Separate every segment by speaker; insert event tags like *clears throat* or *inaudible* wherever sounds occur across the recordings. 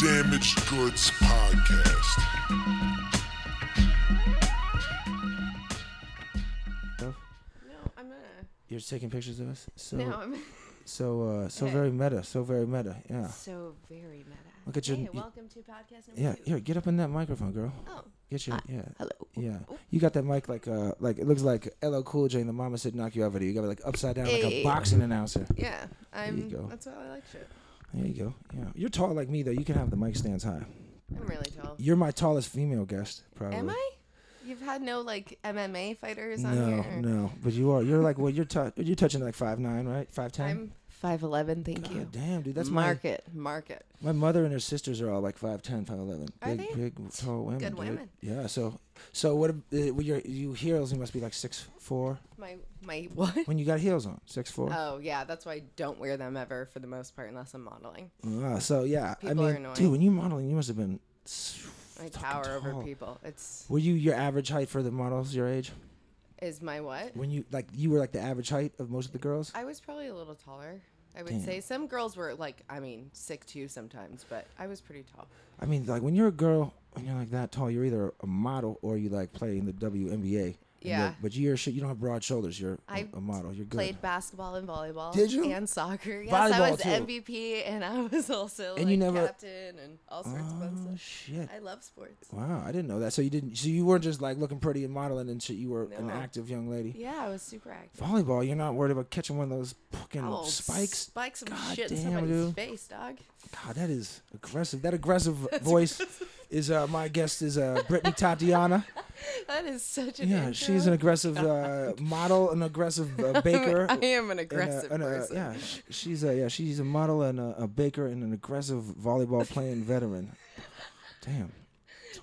Speaker 1: Damaged Goods Podcast.
Speaker 2: No, I'm gonna.
Speaker 3: You're taking pictures of us. So
Speaker 2: no, I'm
Speaker 3: so uh, so
Speaker 2: Okay.
Speaker 3: very meta. So very meta. Yeah.
Speaker 2: *laughs* so very meta.
Speaker 3: Look at your-
Speaker 2: Hey,
Speaker 3: you-
Speaker 2: welcome to podcast number
Speaker 3: Yeah.
Speaker 2: two.
Speaker 3: Here, get up in that microphone, girl.
Speaker 2: Oh,
Speaker 3: Get your
Speaker 2: Ah.
Speaker 3: yeah.
Speaker 2: hello.
Speaker 3: Yeah,
Speaker 2: Oh.
Speaker 3: you got that mic like uh like it looks like LL Cool J and the Mama said knock you out video. You got it like upside down like
Speaker 2: Hey.
Speaker 3: a boxing announcer.
Speaker 2: Yeah,
Speaker 3: you
Speaker 2: I'm.
Speaker 3: go.
Speaker 2: That's why I like shit.
Speaker 3: There you go. Yeah, you're tall like me though. You can have the mic stands high.
Speaker 2: I'm really tall.
Speaker 3: You're my tallest female guest probably.
Speaker 2: Am I? You've had no like MMA fighters on
Speaker 3: No,
Speaker 2: here.
Speaker 3: no, but you are. You're like well, you're tou- you're touching like five nine, right? Five ten.
Speaker 2: I'm five eleven. Thank you.
Speaker 3: God damn, dude, that's my
Speaker 2: mark it, mark it.
Speaker 3: My mother and her sisters are all like 5'10", 5'11".
Speaker 2: Are
Speaker 3: big,
Speaker 2: they?
Speaker 3: big, tall women.
Speaker 2: Good
Speaker 3: dude.
Speaker 2: women.
Speaker 3: Yeah. So, so what? ab- Uh, when your you heels, you must be like six four.
Speaker 2: My my *laughs* what?
Speaker 3: When you got heels on, six four.
Speaker 2: Oh yeah, that's why I don't wear them ever for the most part unless I'm modeling.
Speaker 3: Ah, so yeah, I
Speaker 2: Oh. People are
Speaker 3: mean, dude,
Speaker 2: annoying.
Speaker 3: when you modeling, you must have been. s-
Speaker 2: I
Speaker 3: fucking
Speaker 2: tower over
Speaker 3: tall.
Speaker 2: people. It's
Speaker 3: Were you your average height for the models your age?
Speaker 2: is my what?
Speaker 3: When you like you were like the average height of most of the girls.
Speaker 2: I was probably a little taller. I would
Speaker 3: Damn.
Speaker 2: say some girls were like, I mean, six two sometimes, but I was pretty tall.
Speaker 3: I mean, like when you're a girl and you're like that tall, you're either a model or you like play in the WNBA. and you're-
Speaker 2: Yeah.
Speaker 3: but you're shit. You don't have broad shoulders. You're a-
Speaker 2: I
Speaker 3: a model. You're good.
Speaker 2: Played basketball and volleyball.
Speaker 3: Did you?
Speaker 2: And soccer. Yes,
Speaker 3: Volleyball,
Speaker 2: I was
Speaker 3: too.
Speaker 2: MVP, and I was *laughs* also
Speaker 3: And
Speaker 2: like
Speaker 3: you never-
Speaker 2: captain and all sorts of fun
Speaker 3: Oh
Speaker 2: stuff.
Speaker 3: shit!
Speaker 2: I love sports.
Speaker 3: Wow, I didn't know that. So you didn't. So you weren't just like looking pretty and modeling and shit. You were an
Speaker 2: No.
Speaker 3: active young lady.
Speaker 2: Yeah, I was super active.
Speaker 3: Volleyball, you're not worried about catching one of those fucking
Speaker 2: I'll
Speaker 3: spikes.
Speaker 2: Spike some
Speaker 3: God
Speaker 2: shit in
Speaker 3: damn,
Speaker 2: somebody's
Speaker 3: dude.
Speaker 2: face, dog. *laughs*
Speaker 3: God, that is aggressive. That aggressive voice is uh, my guest is uh, Brittany
Speaker 2: *laughs*
Speaker 3: Tatiana.
Speaker 2: That is such an
Speaker 3: yeah, she's an
Speaker 2: intro.
Speaker 3: aggressive uh, model, an aggressive
Speaker 2: *laughs*
Speaker 3: uh, baker.
Speaker 2: I am an
Speaker 3: and a-
Speaker 2: aggressive
Speaker 3: and a-
Speaker 2: person.
Speaker 3: yeah, sh- she's a yeah, she's a model and a, a baker and an aggressive volleyball playing veteran. Damn.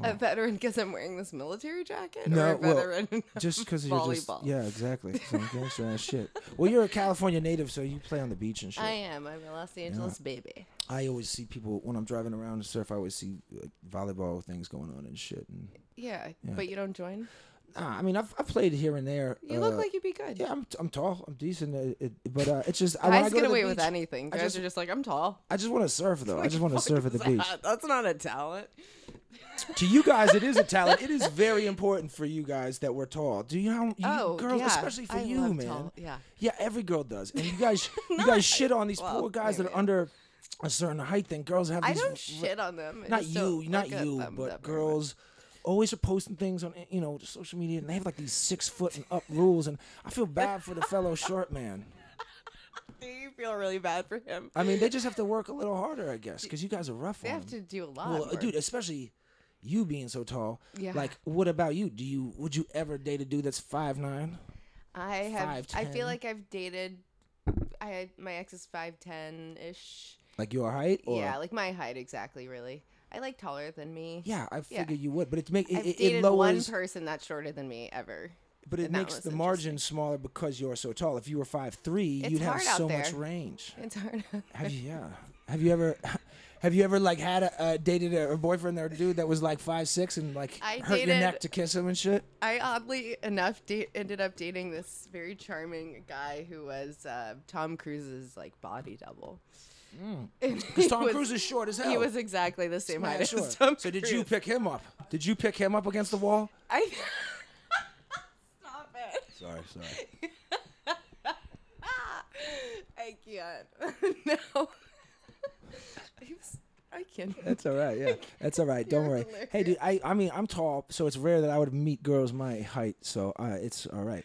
Speaker 2: A
Speaker 3: Tall.
Speaker 2: veteran because I'm wearing this military jacket? or
Speaker 3: No,
Speaker 2: a
Speaker 3: well,
Speaker 2: veteran?
Speaker 3: *laughs*
Speaker 2: *laughs*
Speaker 3: just because you're just
Speaker 2: Volleyball.
Speaker 3: yeah exactly some gangster ass shit well you're a california native so you play on the beach and shit
Speaker 2: I
Speaker 3: I,
Speaker 2: am. I'm a Los Angeles baby.
Speaker 3: always see people when i'm driving around and surf i always see like, volleyball things going on and shit and
Speaker 2: Yeah,
Speaker 3: Yeah.
Speaker 2: but you don't join?
Speaker 3: nah, i mean I've, I've played here and there
Speaker 2: You look
Speaker 3: uh,
Speaker 2: like you'd be good.
Speaker 3: yeah i'm, I'm tall i'm decent uh, it, but uh, it's just I, when I
Speaker 2: Guys
Speaker 3: go
Speaker 2: get
Speaker 3: to the
Speaker 2: away
Speaker 3: beach,
Speaker 2: with anything.
Speaker 3: I
Speaker 2: Guys
Speaker 3: just-
Speaker 2: are just like, I'm tall.
Speaker 3: i just want to surf though i just
Speaker 2: *laughs*
Speaker 3: want to surf at the beach
Speaker 2: That's not a talent.
Speaker 3: to you guys it is a talent it is very important for you guys that we're tall do you know you
Speaker 2: Oh,
Speaker 3: girls
Speaker 2: yeah.
Speaker 3: especially for
Speaker 2: I
Speaker 3: you
Speaker 2: love
Speaker 3: man
Speaker 2: tall- yeah.
Speaker 3: yeah every girl does and you
Speaker 2: *laughs*
Speaker 3: guys you guys shit on these
Speaker 2: well,
Speaker 3: poor guys that
Speaker 2: maybe.
Speaker 3: are under a certain height then girls have
Speaker 2: I
Speaker 3: these
Speaker 2: don't
Speaker 3: r-
Speaker 2: shit on them. I
Speaker 3: not
Speaker 2: just
Speaker 3: you
Speaker 2: don't
Speaker 3: not
Speaker 2: look at
Speaker 3: you
Speaker 2: them that
Speaker 3: but
Speaker 2: very
Speaker 3: girls always are posting things on you know social media and they have like these six foot and up rules and i feel bad for the
Speaker 2: *laughs*
Speaker 3: fellow short man
Speaker 2: much. Do you feel really bad for him?
Speaker 3: i mean they just have to work a little harder i guess because you guys are rough
Speaker 2: They
Speaker 3: on
Speaker 2: have
Speaker 3: them.
Speaker 2: to do a lot.
Speaker 3: Well,
Speaker 2: more.
Speaker 3: dude, especially you being so tall.
Speaker 2: Yeah.
Speaker 3: Like, what about you? Do you would you ever date a dude that's five nine?
Speaker 2: I have. I feel
Speaker 3: 5'10".
Speaker 2: like I've dated. I had my ex is five ten ish.
Speaker 3: Like your height? Or?
Speaker 2: Yeah, like my height exactly. Really, I like taller than me.
Speaker 3: Yeah, I
Speaker 2: Yeah.
Speaker 3: figured you would, but it make it,
Speaker 2: I've
Speaker 3: it, it
Speaker 2: dated one
Speaker 3: lowers,
Speaker 2: person that's shorter than me ever.
Speaker 3: but it
Speaker 2: and that
Speaker 3: makes
Speaker 2: was
Speaker 3: the margin smaller because you're so tall. If you were five three,
Speaker 2: It's
Speaker 3: you'd have
Speaker 2: hard out
Speaker 3: so much
Speaker 2: there.
Speaker 3: range.
Speaker 2: It's hard. *laughs*
Speaker 3: Have you? Yeah. Have you ever? *laughs* Have you ever like had a uh, dated a, a boyfriend or a dude that was like five six and like
Speaker 2: I
Speaker 3: hurt your
Speaker 2: dated-
Speaker 3: neck to kiss him and
Speaker 2: *laughs*
Speaker 3: shit?
Speaker 2: I oddly enough date, ended up dating this very charming guy who was uh, Tom Cruise's like body double.
Speaker 3: Mm.
Speaker 2: *laughs*
Speaker 3: Because Tom Cruise is short as hell.
Speaker 2: He was exactly the same
Speaker 3: Yeah,
Speaker 2: height
Speaker 3: sure.
Speaker 2: as Tom
Speaker 3: So did you
Speaker 2: Cruise.
Speaker 3: pick him up? Did you pick him up against the wall?
Speaker 2: I *laughs* stop it. *laughs*
Speaker 3: Sorry, sorry.
Speaker 2: I can't. *laughs* no. He was- I can't.
Speaker 3: That's all right.
Speaker 2: *laughs*
Speaker 3: Yeah, that's all right. Don't
Speaker 2: You're
Speaker 3: worry. Hey, dude. I I mean, I'm tall, so it's rare that I would meet girls my height. So uh, it's all
Speaker 2: *laughs*
Speaker 3: right.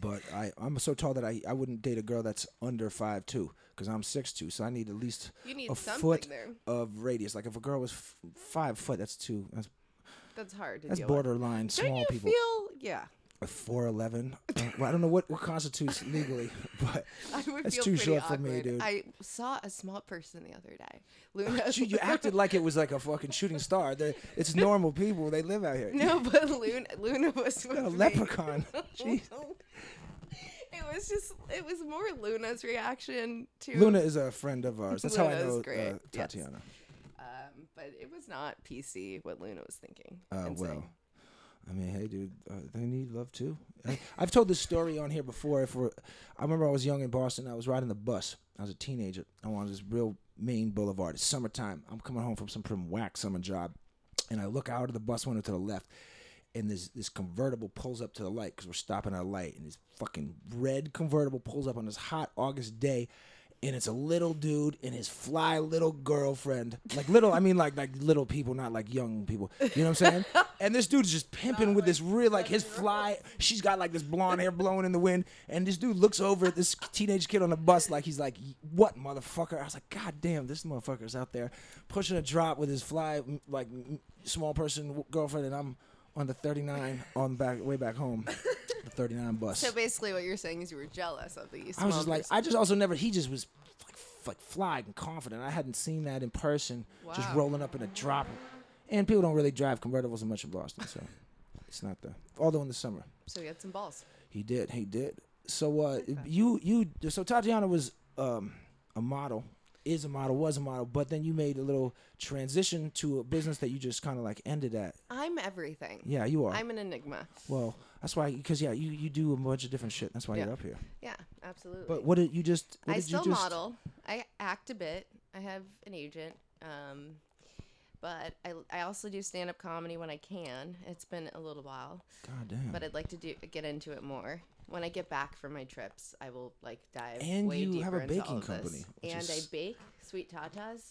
Speaker 3: But I I'm so tall that I I wouldn't date a girl that's under five two because I'm six two. So I need at least
Speaker 2: You need
Speaker 3: a
Speaker 2: something
Speaker 3: foot
Speaker 2: there.
Speaker 3: of radius. Like if a girl was f- five foot, that's two. That's
Speaker 2: That's hard to
Speaker 3: that's
Speaker 2: deal with.
Speaker 3: borderline
Speaker 2: Don't
Speaker 3: small
Speaker 2: you
Speaker 3: people.
Speaker 2: feel? Yeah,
Speaker 3: Four eleven. Uh, well, I don't know what what constitutes legally, *laughs* but
Speaker 2: I would
Speaker 3: That's
Speaker 2: feel
Speaker 3: too
Speaker 2: pretty
Speaker 3: short for
Speaker 2: awkward.
Speaker 3: me, dude. Oh,
Speaker 2: I saw a small person the other day. Luna. *laughs*
Speaker 3: you, you acted like it was like a fucking shooting star. They're, it's normal people. They live out here.
Speaker 2: *laughs* No, but Luna, Luna was *laughs* with
Speaker 3: a
Speaker 2: me.
Speaker 3: leprechaun. *laughs* Jeez.
Speaker 2: It was just, it was more Luna's reaction to.
Speaker 3: Luna is a friend of ours. That's how I
Speaker 2: Luna is
Speaker 3: know
Speaker 2: great,
Speaker 3: uh,
Speaker 2: yes.
Speaker 3: Tatiana.
Speaker 2: Um, but it was not PC what Luna was thinking.
Speaker 3: Uh,
Speaker 2: and
Speaker 3: well,
Speaker 2: saying.
Speaker 3: I mean, hey, dude, uh, they need love too. I, I've told this story on here before. If we're, I remember I was young in Boston. I was riding the bus. I was a teenager. I wanted this real Main Boulevard. It's summertime. I'm coming home from some from whack summer job, and I look out of the bus window to the left, and this this convertible pulls up to the light because we're stopping at a light, and this fucking red convertible pulls up on this hot August day. And it's a little dude and his fly little girlfriend, like little, I mean like like little people, not like young people. You know what I'm saying? And this dude's just pimping with this real, like his fly. She's got like this blonde hair blowing in the wind, and this dude looks over at this teenage kid on the bus, like he's like, "What, motherfucker?" I was like, "God damn, this motherfucker's out there pushing a drop with his fly, m- like m- small person w- girlfriend," and I'm on the 39 on back way back home, the 39 bus.
Speaker 2: So basically, what you're saying is you were jealous of these.
Speaker 3: I was just like, I just also never. He just was like, f- like fly and confident. I hadn't seen that in person. Just
Speaker 2: Wow.
Speaker 3: rolling up in a drop, and people don't really drive convertibles in much of Boston, so it's not the. Although in the summer,
Speaker 2: so you had some balls.
Speaker 3: he did, he did. So uh, you you so Tatiana was um a model, is a model, was a model, but then you made a little transition to a business that you just kind of like ended at.
Speaker 2: I'm everything.
Speaker 3: Yeah, you are.
Speaker 2: I'm an enigma.
Speaker 3: well, that's why because yeah, you you do a bunch of different shit. That's why
Speaker 2: Yeah.
Speaker 3: you're up here.
Speaker 2: Yeah, absolutely.
Speaker 3: But what did you just? What
Speaker 2: I
Speaker 3: did you
Speaker 2: still
Speaker 3: just-
Speaker 2: model. I act a bit. I have an agent. Um, but I, I also do stand up comedy when I can. It's been a little while,
Speaker 3: God damn.
Speaker 2: but I'd like to do get into it more. When I get back from my trips, I will like dive
Speaker 3: And
Speaker 2: way
Speaker 3: you
Speaker 2: deeper
Speaker 3: have a
Speaker 2: into all
Speaker 3: baking
Speaker 2: of this.
Speaker 3: company, which
Speaker 2: And
Speaker 3: is-
Speaker 2: I bake sweet tatas.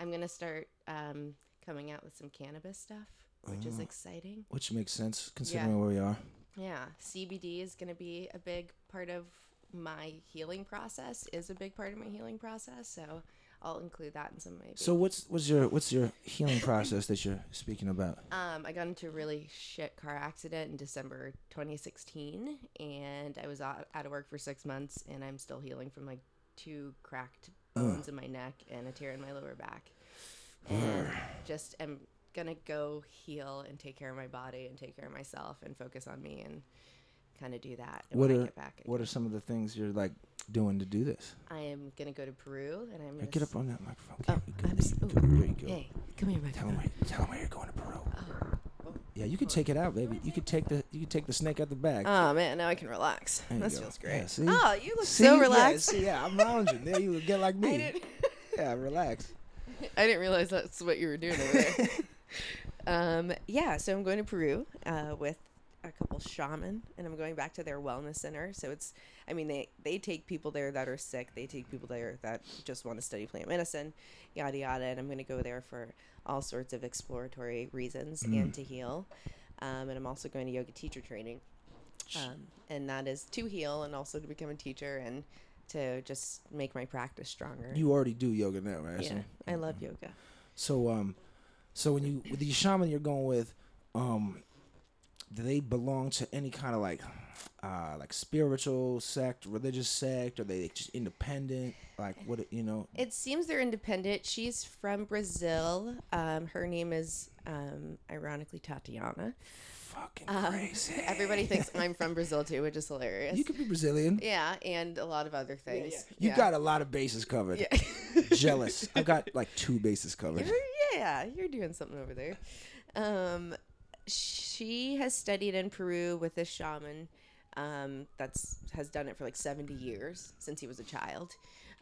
Speaker 2: I'm gonna start um, coming out with some cannabis stuff, which
Speaker 3: Oh.
Speaker 2: is exciting.
Speaker 3: Which makes sense considering where we are.
Speaker 2: Yeah, CBD is going to be a big part of my healing process. Is a big part of my healing process, so I'll include that in some of my.
Speaker 3: So what's what's your what's your healing process that you're speaking about?
Speaker 2: um, I got into a really shit car accident in December 2016, and I was out, out of work for six months, and I'm still healing from like two cracked bones in my neck and a tear in my lower back. And just am gonna go heal and take care of my body and take care of myself and focus on me and kind of do that and
Speaker 3: What
Speaker 2: when I
Speaker 3: are
Speaker 2: get back.
Speaker 3: what are some of the things you're like doing to do this?
Speaker 2: I am gonna go to Peru, and I'm
Speaker 3: Hey,
Speaker 2: gonna
Speaker 3: Get
Speaker 2: s-
Speaker 3: up on that microphone.
Speaker 2: Oh,
Speaker 3: Get, get,
Speaker 2: I'm s-
Speaker 3: get,
Speaker 2: ooh.
Speaker 3: there you go.
Speaker 2: Hey, come here, my
Speaker 3: Tell him
Speaker 2: guy.
Speaker 3: where tell him where you're going to Peru.
Speaker 2: Oh.
Speaker 3: yeah, you could take it out, baby. You could take the you could take the snake out the bag.
Speaker 2: Oh man, now I can relax.
Speaker 3: There you
Speaker 2: This
Speaker 3: go.
Speaker 2: feels
Speaker 3: Yeah,
Speaker 2: great.
Speaker 3: see?
Speaker 2: Oh, you look
Speaker 3: See?
Speaker 2: so
Speaker 3: Yeah,
Speaker 2: relaxed.
Speaker 3: see, yeah, I'm lounging. There you go. get like
Speaker 2: *laughs* I
Speaker 3: me.
Speaker 2: didn't,
Speaker 3: Yeah, relax.
Speaker 2: I didn't realize that's what you were doing over there. *laughs* um, yeah, so I'm going to Peru uh, with a couple shaman, and I'm going back to their wellness center. So it's, I mean, they they take people there that are sick. They take people there that just want to study plant medicine, yada yada. And I'm going to go there for all sorts of exploratory reasons and to heal. Um, and I'm also going to yoga teacher training. um, and that is to heal and also to become a teacher and to just make my practice stronger.
Speaker 3: You already do yoga now, right?
Speaker 2: yeah,
Speaker 3: So-
Speaker 2: I love yoga.
Speaker 3: So um, so when you with the shaman you're going with, um, do they belong to any kind of like, uh, like spiritual sect, religious sect, or they just independent? Like what you know?
Speaker 2: It seems they're independent. She's from Brazil. Um, her name is, um, ironically, Tatiana.
Speaker 3: Fucking
Speaker 2: Um,
Speaker 3: crazy.
Speaker 2: Everybody thinks I'm from Brazil too, which is hilarious.
Speaker 3: you could be Brazilian.
Speaker 2: yeah, and a lot of other things.
Speaker 3: You
Speaker 2: Yeah.
Speaker 3: got a lot of bases covered.
Speaker 2: Yeah.
Speaker 3: *laughs* Jealous. I've got like two bases covered.
Speaker 2: You're- yeah, you're doing something over there. Um, she has studied in Peru with this shaman um, that's has done it for like 70 years since he was a child.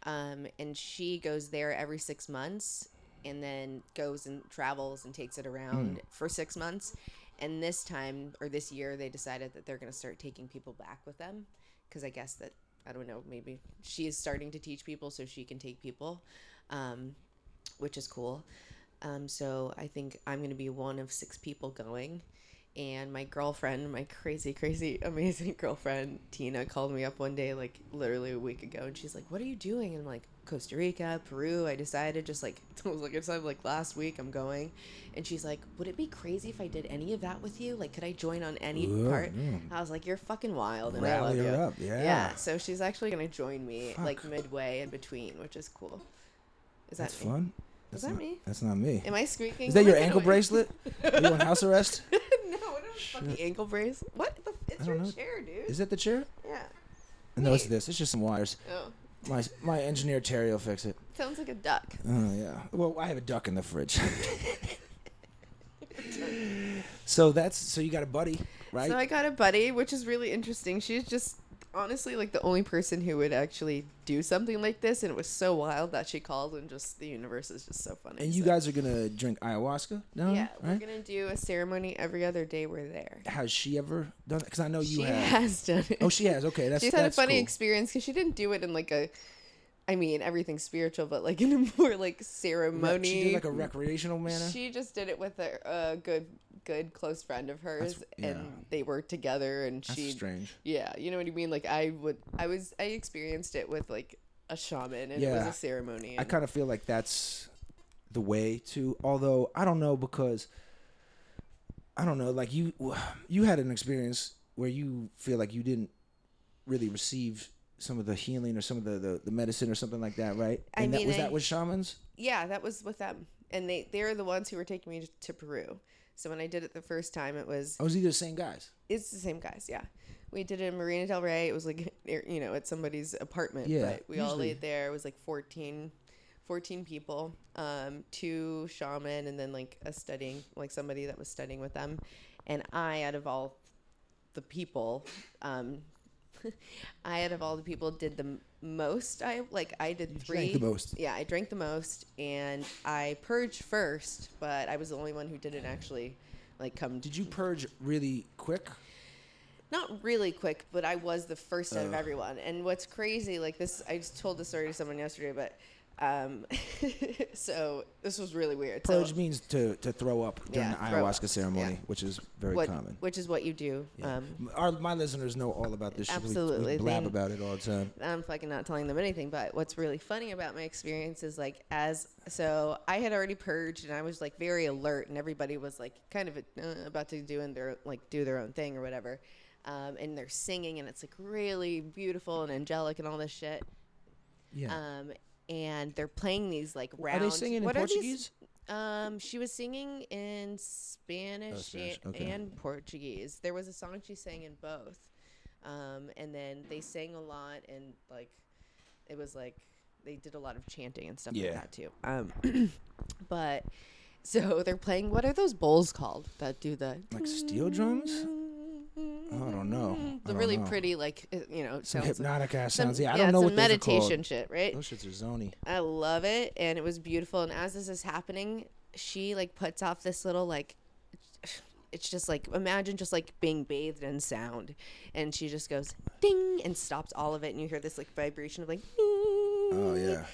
Speaker 2: Um, and she goes there every six months and then goes and travels and takes it around for six months. And this time or this year, they decided that they're going to start taking people back with them because I guess that. I don't know. Maybe she is starting to teach people, so she can take people. Um, which is cool. Um, so I think I'm going to be one of six people going. And my girlfriend, my crazy, crazy, *laughs* amazing girlfriend, Tina, called me up one day, like literally a week ago, and she's like, What are you doing? And I'm like, Costa Rica, Peru. I decided just like, *laughs* I was like, it's like last week I'm going. And she's like, Would it be crazy if I did any of that with you? Like, could I join on any
Speaker 3: Ooh,
Speaker 2: part?
Speaker 3: yeah.
Speaker 2: I was like, You're fucking wild. And I love
Speaker 3: Rally
Speaker 2: you.
Speaker 3: her up. Yeah.
Speaker 2: Yeah. So she's actually going to join me like
Speaker 3: Fuck.
Speaker 2: midway in between, which is cool. Is
Speaker 3: That's
Speaker 2: that me?
Speaker 3: fun. That's
Speaker 2: Is that
Speaker 3: not,
Speaker 2: me?
Speaker 3: That's not me.
Speaker 2: Am I squeaking?
Speaker 3: Is that
Speaker 2: *laughs*
Speaker 3: your
Speaker 2: Wait,
Speaker 3: ankle
Speaker 2: wait.
Speaker 3: bracelet? Are you on house arrest?
Speaker 2: no, I don't have a fucking ankle brace. What? The, f- it's
Speaker 3: don't
Speaker 2: your
Speaker 3: know.
Speaker 2: chair, dude.
Speaker 3: Is that the chair?
Speaker 2: yeah.
Speaker 3: No, it's
Speaker 2: Wait.
Speaker 3: this. It's just some wires.
Speaker 2: Oh,
Speaker 3: My my engineer Terry will fix it.
Speaker 2: sounds like a duck.
Speaker 3: Oh yeah. Well, I have a duck in the fridge. so that's so you got a buddy, right?
Speaker 2: So I got a buddy, which is really interesting. She's just honestly like the only person who would actually do something like this, and it was so wild that she called, and just the universe is just so funny.
Speaker 3: And you
Speaker 2: so-
Speaker 3: guys are gonna drink ayahuasca now,
Speaker 2: yeah, we're
Speaker 3: right?
Speaker 2: gonna do a ceremony every other day we're there.
Speaker 3: Has she ever done? Because I know you
Speaker 2: she
Speaker 3: have.
Speaker 2: has done it.
Speaker 3: Oh, she has. Okay, that's
Speaker 2: She's had a
Speaker 3: that's
Speaker 2: funny
Speaker 3: cool.
Speaker 2: experience because she didn't do it in like a, I mean, everything spiritual, but like *laughs* in a more like
Speaker 3: Re-
Speaker 2: ceremony.
Speaker 3: She did like a recreational manner.
Speaker 2: She just did it with a, a good, good close friend of hers,
Speaker 3: yeah.
Speaker 2: and they were together. And
Speaker 3: That's
Speaker 2: she,
Speaker 3: strange.
Speaker 2: yeah, you know what I mean. Like I would, I was, I experienced it with like a shaman, and it
Speaker 3: Yeah.
Speaker 2: was a ceremony.
Speaker 3: I
Speaker 2: and-
Speaker 3: kind of feel like that's the way to. Although I don't know because I don't know. Like you, *sighs* you had an experience where you feel like you didn't really receive some of the healing or some of the the, the medicine or something like that, right?
Speaker 2: I
Speaker 3: And that,
Speaker 2: mean,
Speaker 3: was
Speaker 2: I-
Speaker 3: that with shamans?
Speaker 2: yeah, that was with them, and they they were the ones who were taking me to Peru. So when I did it the first time, it was
Speaker 3: I was either the same guys.
Speaker 2: It's the same guys, yeah. We did it in Marina Del Rey. It was like, *laughs* near- you know, at somebody's apartment.
Speaker 3: Yeah,
Speaker 2: but we all
Speaker 3: usually-
Speaker 2: laid there. It was like 14, 14 people, um, two shaman, and then like a studying, like somebody that was studying with them. And I, out of all the people, um, *laughs* I, out of all the people, did the m- most. I like, I did three.
Speaker 3: drank the most.
Speaker 2: Yeah, I drank the most, and I purged first, but I was the only one who didn't actually like come
Speaker 3: Did you purge really quick?
Speaker 2: not really quick, but I was the first out of everyone. And what's crazy, like this, I just told this story to someone yesterday, but um, *laughs* so this was really weird.
Speaker 3: Purge
Speaker 2: so,
Speaker 3: means to to throw up during
Speaker 2: Yeah,
Speaker 3: the
Speaker 2: throw
Speaker 3: ayahuasca
Speaker 2: up.
Speaker 3: ceremony,
Speaker 2: Yeah.
Speaker 3: which is very
Speaker 2: what,
Speaker 3: common.
Speaker 2: which is what you do. Um,
Speaker 3: Our my listeners know all about this. shit. We- we,
Speaker 2: Absolutely.
Speaker 3: blab
Speaker 2: They-
Speaker 3: about it all the time.
Speaker 2: I'm fucking not telling them anything. But what's really funny about my experience is like as so I had already purged and I was like very alert and everybody was like kind of uh, about to do and their like do their own thing or whatever, um, and they're singing and it's like really beautiful and angelic and all this shit.
Speaker 3: Yeah.
Speaker 2: Um, and they're playing these like
Speaker 3: Are
Speaker 2: round.
Speaker 3: they singing in
Speaker 2: what are
Speaker 3: Portuguese?
Speaker 2: these- um, she was singing in Spanish,
Speaker 3: Oh, Spanish,
Speaker 2: and,
Speaker 3: okay.
Speaker 2: and Portuguese. There was a song she sang in both, um, and then they sang a lot, and like it was like they did a lot of chanting and stuff
Speaker 3: Yeah.
Speaker 2: like that too. Um, *coughs* but so they're playing. What are those bowls called that do the?
Speaker 3: Like steel drums? I don't know. I
Speaker 2: The
Speaker 3: don't
Speaker 2: really
Speaker 3: know.
Speaker 2: pretty, like uh, you know,
Speaker 3: Some
Speaker 2: sounds.
Speaker 3: hypnotic ass
Speaker 2: some-
Speaker 3: sounds. Yeah, I
Speaker 2: it's
Speaker 3: don't know
Speaker 2: some
Speaker 3: what those are called.
Speaker 2: meditation shit, right?
Speaker 3: Those shits are zony.
Speaker 2: I love it, and it was beautiful. And as this is happening, she like puts off this little like, it's just like imagine just like being bathed in sound, and she just goes ding and stops all of it, and you hear this like vibration of like. Oh
Speaker 3: yeah.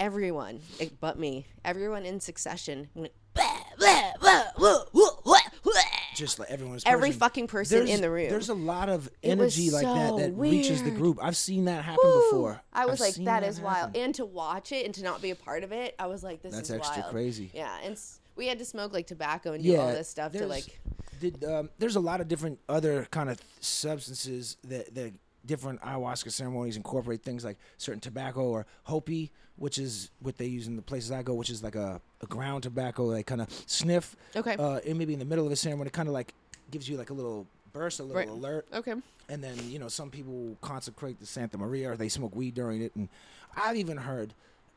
Speaker 2: Everyone eh, but me, everyone in succession went. "Bah, bah, bah, whoa, whoa, whoa, whoa."
Speaker 3: Just like everyone's
Speaker 2: Every
Speaker 3: person.
Speaker 2: fucking person
Speaker 3: There's-
Speaker 2: in the room.
Speaker 3: There's a lot of
Speaker 2: was
Speaker 3: energy like that
Speaker 2: so
Speaker 3: that reaches the
Speaker 2: weird.
Speaker 3: group. I've seen that happen
Speaker 2: Woo!
Speaker 3: before.
Speaker 2: I was
Speaker 3: I've
Speaker 2: like,
Speaker 3: seen
Speaker 2: that is wild.
Speaker 3: happen.
Speaker 2: And to watch it and to not be a part of it, I was like, this
Speaker 3: That's
Speaker 2: is
Speaker 3: extra
Speaker 2: wild.
Speaker 3: crazy.
Speaker 2: Yeah, and s- we had to smoke like tobacco and do
Speaker 3: yeah,
Speaker 2: all this stuff to
Speaker 3: there's-
Speaker 2: like.
Speaker 3: Did, um, there's a lot of different other kind of substances that that different ayahuasca ceremonies incorporate things like certain tobacco or hopi, which is what they use in the places I go, which is like a, a ground tobacco. They kind of sniff.
Speaker 2: Okay.
Speaker 3: Uh, and maybe in the middle of a ceremony, kind of like gives you like a little burst, a little
Speaker 2: Right.
Speaker 3: alert.
Speaker 2: Okay.
Speaker 3: and then you know some people consecrate the Santa Maria or they smoke weed during it, and I've even heard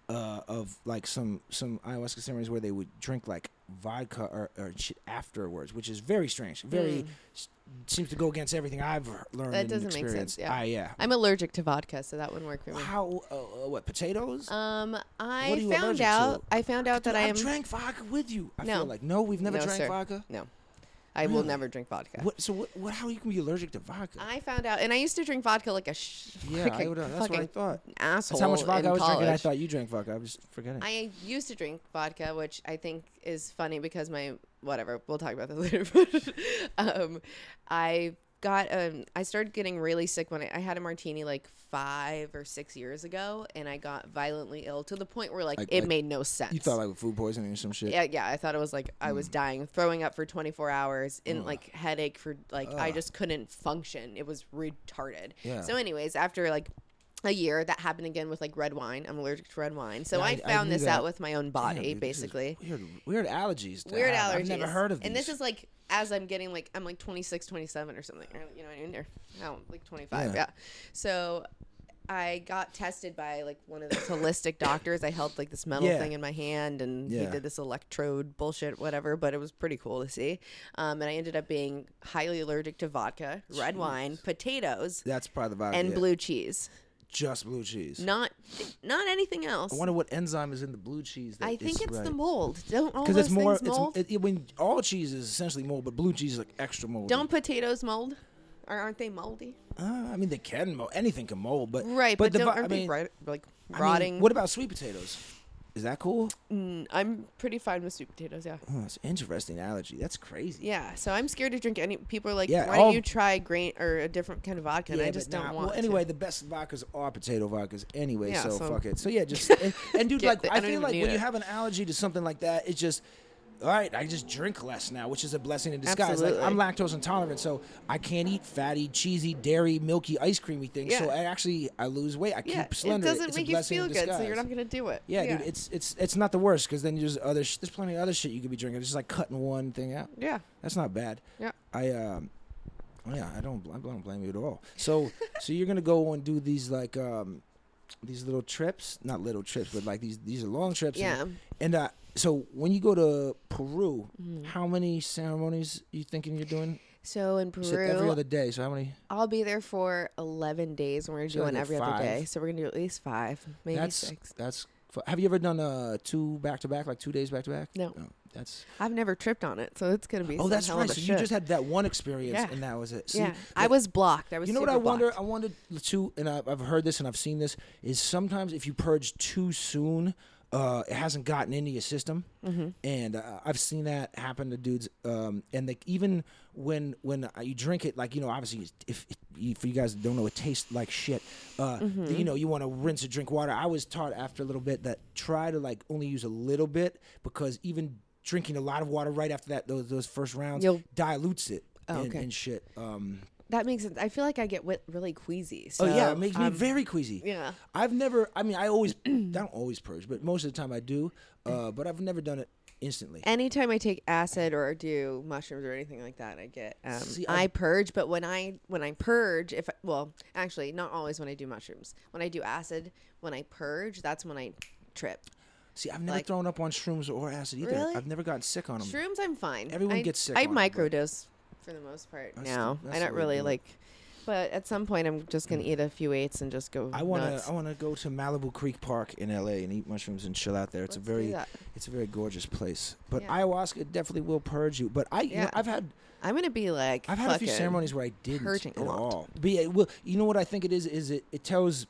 Speaker 3: uh, of like some some ayahuasca ceremonies where they would drink like vodka or, or shit afterwards, which is very strange. Very s- seems to go against everything I've he- learned.
Speaker 2: Mm. That
Speaker 3: and
Speaker 2: doesn't make sense,
Speaker 3: experienced.
Speaker 2: yeah.
Speaker 3: I, yeah.
Speaker 2: I'm allergic to vodka, so that wouldn't work for me.
Speaker 3: How uh, uh, what potatoes?
Speaker 2: Um,
Speaker 3: What are
Speaker 2: I
Speaker 3: you
Speaker 2: found
Speaker 3: allergic
Speaker 2: out.
Speaker 3: to?
Speaker 2: I found out that I am.
Speaker 3: I've drank vodka with you. I
Speaker 2: No.
Speaker 3: feel like no, we've never
Speaker 2: no,
Speaker 3: drank
Speaker 2: sir.
Speaker 3: vodka.
Speaker 2: No, I will
Speaker 3: Really?
Speaker 2: never drink vodka.
Speaker 3: What? So what? What? How you can be allergic to vodka?
Speaker 2: I found out, and I used to drink vodka like a sh-
Speaker 3: yeah,
Speaker 2: like
Speaker 3: I
Speaker 2: a
Speaker 3: would, uh, that's
Speaker 2: fucking
Speaker 3: what I thought.
Speaker 2: asshole.
Speaker 3: That's how much vodka
Speaker 2: in
Speaker 3: I was
Speaker 2: college.
Speaker 3: drinking. I thought you drank vodka. I was forgetting.
Speaker 2: I used to drink vodka, which I think is funny because my whatever. We'll talk about that *laughs* later. But um, I got um, I started getting really sick when I, I had a martini like five or six years ago, and I got violently ill to the point where like
Speaker 3: Like-
Speaker 2: it
Speaker 3: like-
Speaker 2: made no sense.
Speaker 3: You thought like food poisoning or some shit. Mm.
Speaker 2: yeah, yeah. I thought it was like I was dying, throwing up for 24 hours, and like headache for like I just couldn't function. It was retarded.
Speaker 3: Yeah.
Speaker 2: So, anyways, after like a year, that happened again with like red wine. I'm allergic to red wine, so
Speaker 3: Yeah, I-
Speaker 2: I
Speaker 3: I
Speaker 2: found
Speaker 3: knew
Speaker 2: this out
Speaker 3: that.
Speaker 2: with my own
Speaker 3: Damn,
Speaker 2: body,
Speaker 3: dude, this is
Speaker 2: basically.
Speaker 3: Weird, weird allergies. to
Speaker 2: Weird
Speaker 3: have.
Speaker 2: allergies.
Speaker 3: I've never heard of these.
Speaker 2: And this is like as I'm getting like I'm like 26, 27 or something. Or, you know what I mean? Or no, like 25.
Speaker 3: Yeah.
Speaker 2: Yeah. So I got tested by like one of those holistic doctors. I held like this metal
Speaker 3: Yeah.
Speaker 2: thing in my hand, and he
Speaker 3: Yeah.
Speaker 2: did this electrode bullshit, whatever. But it was pretty cool to see. Um, and I ended up being highly allergic to vodka, red wine, potatoes,
Speaker 3: That's probably the vibe.
Speaker 2: and
Speaker 3: yeah.
Speaker 2: blue cheese.
Speaker 3: just blue cheese.
Speaker 2: Not, not anything else.
Speaker 3: I wonder what enzyme is in the blue cheese. That
Speaker 2: I think it's the
Speaker 3: right.
Speaker 2: mold. Don't all
Speaker 3: because
Speaker 2: those
Speaker 3: it's more.
Speaker 2: things
Speaker 3: It's
Speaker 2: mold?
Speaker 3: it, it- when all cheese is essentially mold, but blue cheese is like extra mold.
Speaker 2: Don't potatoes mold? Or aren't they moldy?
Speaker 3: Uh, I mean, they can mold. Anything can mold, but
Speaker 2: Right, but,
Speaker 3: the
Speaker 2: don't,
Speaker 3: vi-
Speaker 2: aren't
Speaker 3: I mean,
Speaker 2: they rot- like
Speaker 3: I mean,
Speaker 2: rotting?
Speaker 3: what about sweet potatoes? Is that cool?
Speaker 2: Mm, I'm pretty fine with sweet potatoes. Yeah.
Speaker 3: Oh, that's an interesting allergy. That's crazy.
Speaker 2: Yeah, so I'm scared to drink any. People are like,
Speaker 3: Yeah,
Speaker 2: why
Speaker 3: all-
Speaker 2: don't you try grain or a different kind of vodka? and I
Speaker 3: but
Speaker 2: just
Speaker 3: nah.
Speaker 2: don't want.
Speaker 3: Well, anyway, the best vodkas are potato vodkas anyway,
Speaker 2: Yeah,
Speaker 3: so,
Speaker 2: so-
Speaker 3: fuck it. So yeah,
Speaker 2: *laughs*
Speaker 3: just and, and dude,
Speaker 2: Get
Speaker 3: like
Speaker 2: the- I
Speaker 3: I
Speaker 2: don't
Speaker 3: feel
Speaker 2: even
Speaker 3: like
Speaker 2: need
Speaker 3: when you
Speaker 2: it.
Speaker 3: have an allergy to something like that, it's just all right. I just drink less now, which is a blessing in disguise. Like I'm lactose intolerant, so I can't eat fatty, cheesy, dairy, milky, ice creamy things. So
Speaker 2: Yeah.
Speaker 3: I actually I lose weight. I
Speaker 2: to. yeah,
Speaker 3: keep slender.
Speaker 2: it doesn't
Speaker 3: it's
Speaker 2: make
Speaker 3: a
Speaker 2: you
Speaker 3: blessing
Speaker 2: feel
Speaker 3: in
Speaker 2: good, so you're
Speaker 3: disguise.
Speaker 2: not gonna do it.
Speaker 3: Yeah, dude, it's it's it's not the worst because then there's other sh- there's plenty of other shit you could be drinking. It's just like cutting one thing out.
Speaker 2: yeah,
Speaker 3: That's not bad.
Speaker 2: Yeah.
Speaker 3: I um, oh, yeah, I don't, bl- I don't blame you at all. So, *laughs* so you're gonna go and do these like um, these little trips, not little trips, but like these these are long trips.
Speaker 2: yeah.
Speaker 3: And, and uh, so when you go to Peru,
Speaker 2: Mm-hmm.
Speaker 3: how many ceremonies you thinking you're doing?
Speaker 2: So in
Speaker 3: You said every
Speaker 2: Peru,
Speaker 3: other day. So how many?
Speaker 2: I'll be there for 11 days, and we're
Speaker 3: So I
Speaker 2: doing
Speaker 3: did
Speaker 2: every
Speaker 3: five.
Speaker 2: other day. So we're gonna do at least five, maybe
Speaker 3: that's
Speaker 2: six.
Speaker 3: that's. fu- Have you ever done uh two back to back, like two days back to back?
Speaker 2: No.
Speaker 3: No, that's.
Speaker 2: I've never tripped on it, so it's gonna be.
Speaker 3: Oh,
Speaker 2: some
Speaker 3: that's
Speaker 2: hell of
Speaker 3: right. So
Speaker 2: a
Speaker 3: you
Speaker 2: trip.
Speaker 3: just had that one experience,
Speaker 2: Yeah.
Speaker 3: and that was it. See,
Speaker 2: yeah, I
Speaker 3: like-
Speaker 2: was blocked. I was.
Speaker 3: You know what I
Speaker 2: super
Speaker 3: wonder?
Speaker 2: blocked.
Speaker 3: I wonder too, and I've, I've heard this and I've seen this is sometimes if you purge too soon, uh, it hasn't gotten into your system,
Speaker 2: Mm-hmm.
Speaker 3: and uh, I've seen that happen to dudes. Um, and like even when when uh, you drink it, like you know, obviously it's- if if you guys don't know, it tastes like shit. Uh,
Speaker 2: Mm-hmm.
Speaker 3: You know, you want to rinse and drink water. I was taught after a little bit that try to like only use a little bit because even drinking a lot of water right after that those those first rounds
Speaker 2: You'll-
Speaker 3: dilutes it.
Speaker 2: Oh,
Speaker 3: and,
Speaker 2: okay.
Speaker 3: and shit. Um,
Speaker 2: That makes sense. I feel like I get wit- really queasy. So,
Speaker 3: Oh yeah, it makes me
Speaker 2: um,
Speaker 3: very queasy.
Speaker 2: yeah.
Speaker 3: I've never. I mean, I
Speaker 2: *clears throat*
Speaker 3: always. I don't always purge, but most of the time I do. Uh,
Speaker 2: Mm.
Speaker 3: but I've never done it instantly.
Speaker 2: anytime I take acid or do mushrooms or anything like that, I get um,
Speaker 3: See, I-
Speaker 2: I, purge. But when I when I purge, if I, well, actually, not always when I do mushrooms. When I do acid, when I purge, that's when I trip.
Speaker 3: See, I've never
Speaker 2: like-
Speaker 3: thrown up on shrooms or acid either.
Speaker 2: Really?
Speaker 3: I've never gotten sick on them.
Speaker 2: Shrooms, I'm fine.
Speaker 3: Um, Everyone
Speaker 2: I,
Speaker 3: gets sick
Speaker 2: I
Speaker 3: on 'em, but-
Speaker 2: microdose for the most part
Speaker 3: That's the-
Speaker 2: now.
Speaker 3: that's
Speaker 2: I
Speaker 3: the
Speaker 2: don't
Speaker 3: way to
Speaker 2: really
Speaker 3: do it.
Speaker 2: like. But at some point, I'm just gonna eat a few eights and just go.
Speaker 3: I wanna.
Speaker 2: nuts.
Speaker 3: I wanna go to Malibu Creek Park in L.A. and eat mushrooms and chill out there. It's
Speaker 2: Let's
Speaker 3: a
Speaker 2: do
Speaker 3: very.
Speaker 2: that.
Speaker 3: It's a very gorgeous place. But
Speaker 2: Yeah.
Speaker 3: ayahuasca definitely will purge you. But I. You know,
Speaker 2: Yeah.
Speaker 3: I've had.
Speaker 2: I'm gonna be like.
Speaker 3: I've had a few
Speaker 2: fucking-
Speaker 3: ceremonies where I didn't
Speaker 2: hurting
Speaker 3: at
Speaker 2: a lot.
Speaker 3: all. But yeah, well, you know what I think it is is it it tells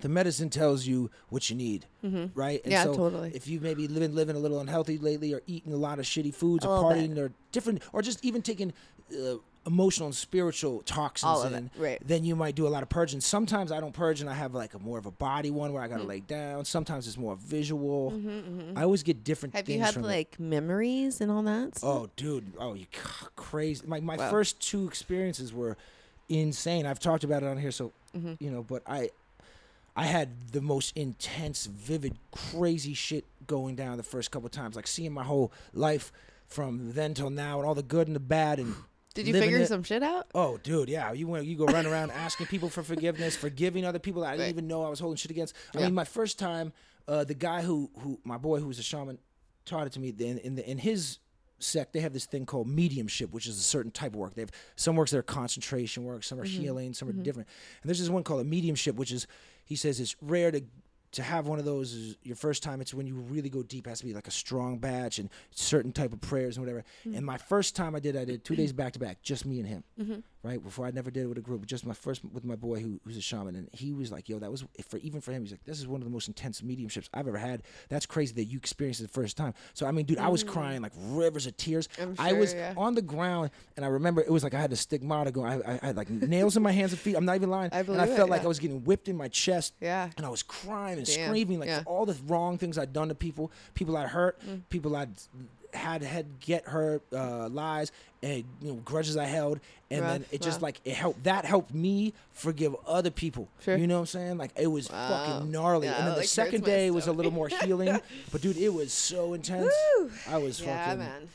Speaker 3: the medicine tells you what you need, right? And
Speaker 2: Mm-hmm. Yeah,
Speaker 3: so
Speaker 2: totally.
Speaker 3: If you've maybe living living a little unhealthy lately, or eating a lot of shitty foods,
Speaker 2: A
Speaker 3: or
Speaker 2: little bit.
Speaker 3: partying, or different, or just even taking. Uh, Emotional and spiritual toxins,
Speaker 2: All of it,
Speaker 3: in,
Speaker 2: right.
Speaker 3: then you might do a lot of purging. Sometimes I don't purge, and I have like a more of a body one where I
Speaker 2: Mm.
Speaker 3: gotta lay down. Sometimes it's more visual. I always get different.
Speaker 2: Mm-hmm, Have
Speaker 3: things
Speaker 2: you had
Speaker 3: from it.
Speaker 2: like memories and all that?
Speaker 3: Oh, dude. Oh, you c- crazy. My, my
Speaker 2: Wow.
Speaker 3: first two experiences were insane. I've talked about it on here, so,
Speaker 2: Mm-hmm.
Speaker 3: you know, but I. I had the most intense, vivid, crazy shit going down the first couple times, like seeing my whole life from then till now, and all the good and the bad, and
Speaker 2: Did you
Speaker 3: living
Speaker 2: figure
Speaker 3: it.
Speaker 2: some shit out?
Speaker 3: Oh, dude, yeah. You went, you go run around asking people for forgiveness, forgiving other people that I didn't
Speaker 2: Right.
Speaker 3: even know I was holding shit against. I
Speaker 2: Yeah.
Speaker 3: mean, my first time, uh, the guy who who my boy who was a shaman taught it to me. In in, the, in his sect, they have this thing called mediumship, which is a certain type of work. They have some works that are concentration work, some are healing, some are different. And there's this one called a mediumship, which is he says it's rare to to have one of those is your first time it's when you really go deep it has to be like a strong batch and certain type of prayers and whatever
Speaker 2: Mm-hmm.
Speaker 3: and my first time i did i did two days back to back just me and him
Speaker 2: Mm-hmm.
Speaker 3: right before i never did it with a group just my first with my boy who, who's a shaman and he was like yo that was for even for him he's like this is one of the most intense mediumships i've ever had that's crazy that you experienced it the first time so i mean dude i was crying like rivers of tears
Speaker 2: Mm. I'm
Speaker 3: i was
Speaker 2: sure, yeah.
Speaker 3: on the ground and i remember it was like i had a stigmata going i, I, I had like nails in my hands and feet i'm not even lying
Speaker 2: I
Speaker 3: and i
Speaker 2: believe it,
Speaker 3: felt like i
Speaker 2: yeah.
Speaker 3: was getting whipped in my chest
Speaker 2: Yeah.
Speaker 3: and I was crying and
Speaker 2: Damn,
Speaker 3: screaming like
Speaker 2: yeah. Mm.
Speaker 3: for all the wrong things I'd done to people, people I'd hurt, people I'd had had get hurt, uh, lies and you know grudges I held, and then
Speaker 2: Rough,
Speaker 3: it just
Speaker 2: wow.
Speaker 3: like it helped. That helped me forgive other people.
Speaker 2: Sure.
Speaker 3: You know what I'm saying? Like it was
Speaker 2: Wow.
Speaker 3: fucking gnarly.
Speaker 2: Yeah,
Speaker 3: and
Speaker 2: that,
Speaker 3: then the
Speaker 2: like, hurts
Speaker 3: second
Speaker 2: my
Speaker 3: day was a
Speaker 2: stomach.
Speaker 3: little
Speaker 2: *laughs*
Speaker 3: more healing, but dude, it was so intense. I was
Speaker 2: Yeah,
Speaker 3: fucking.
Speaker 2: man.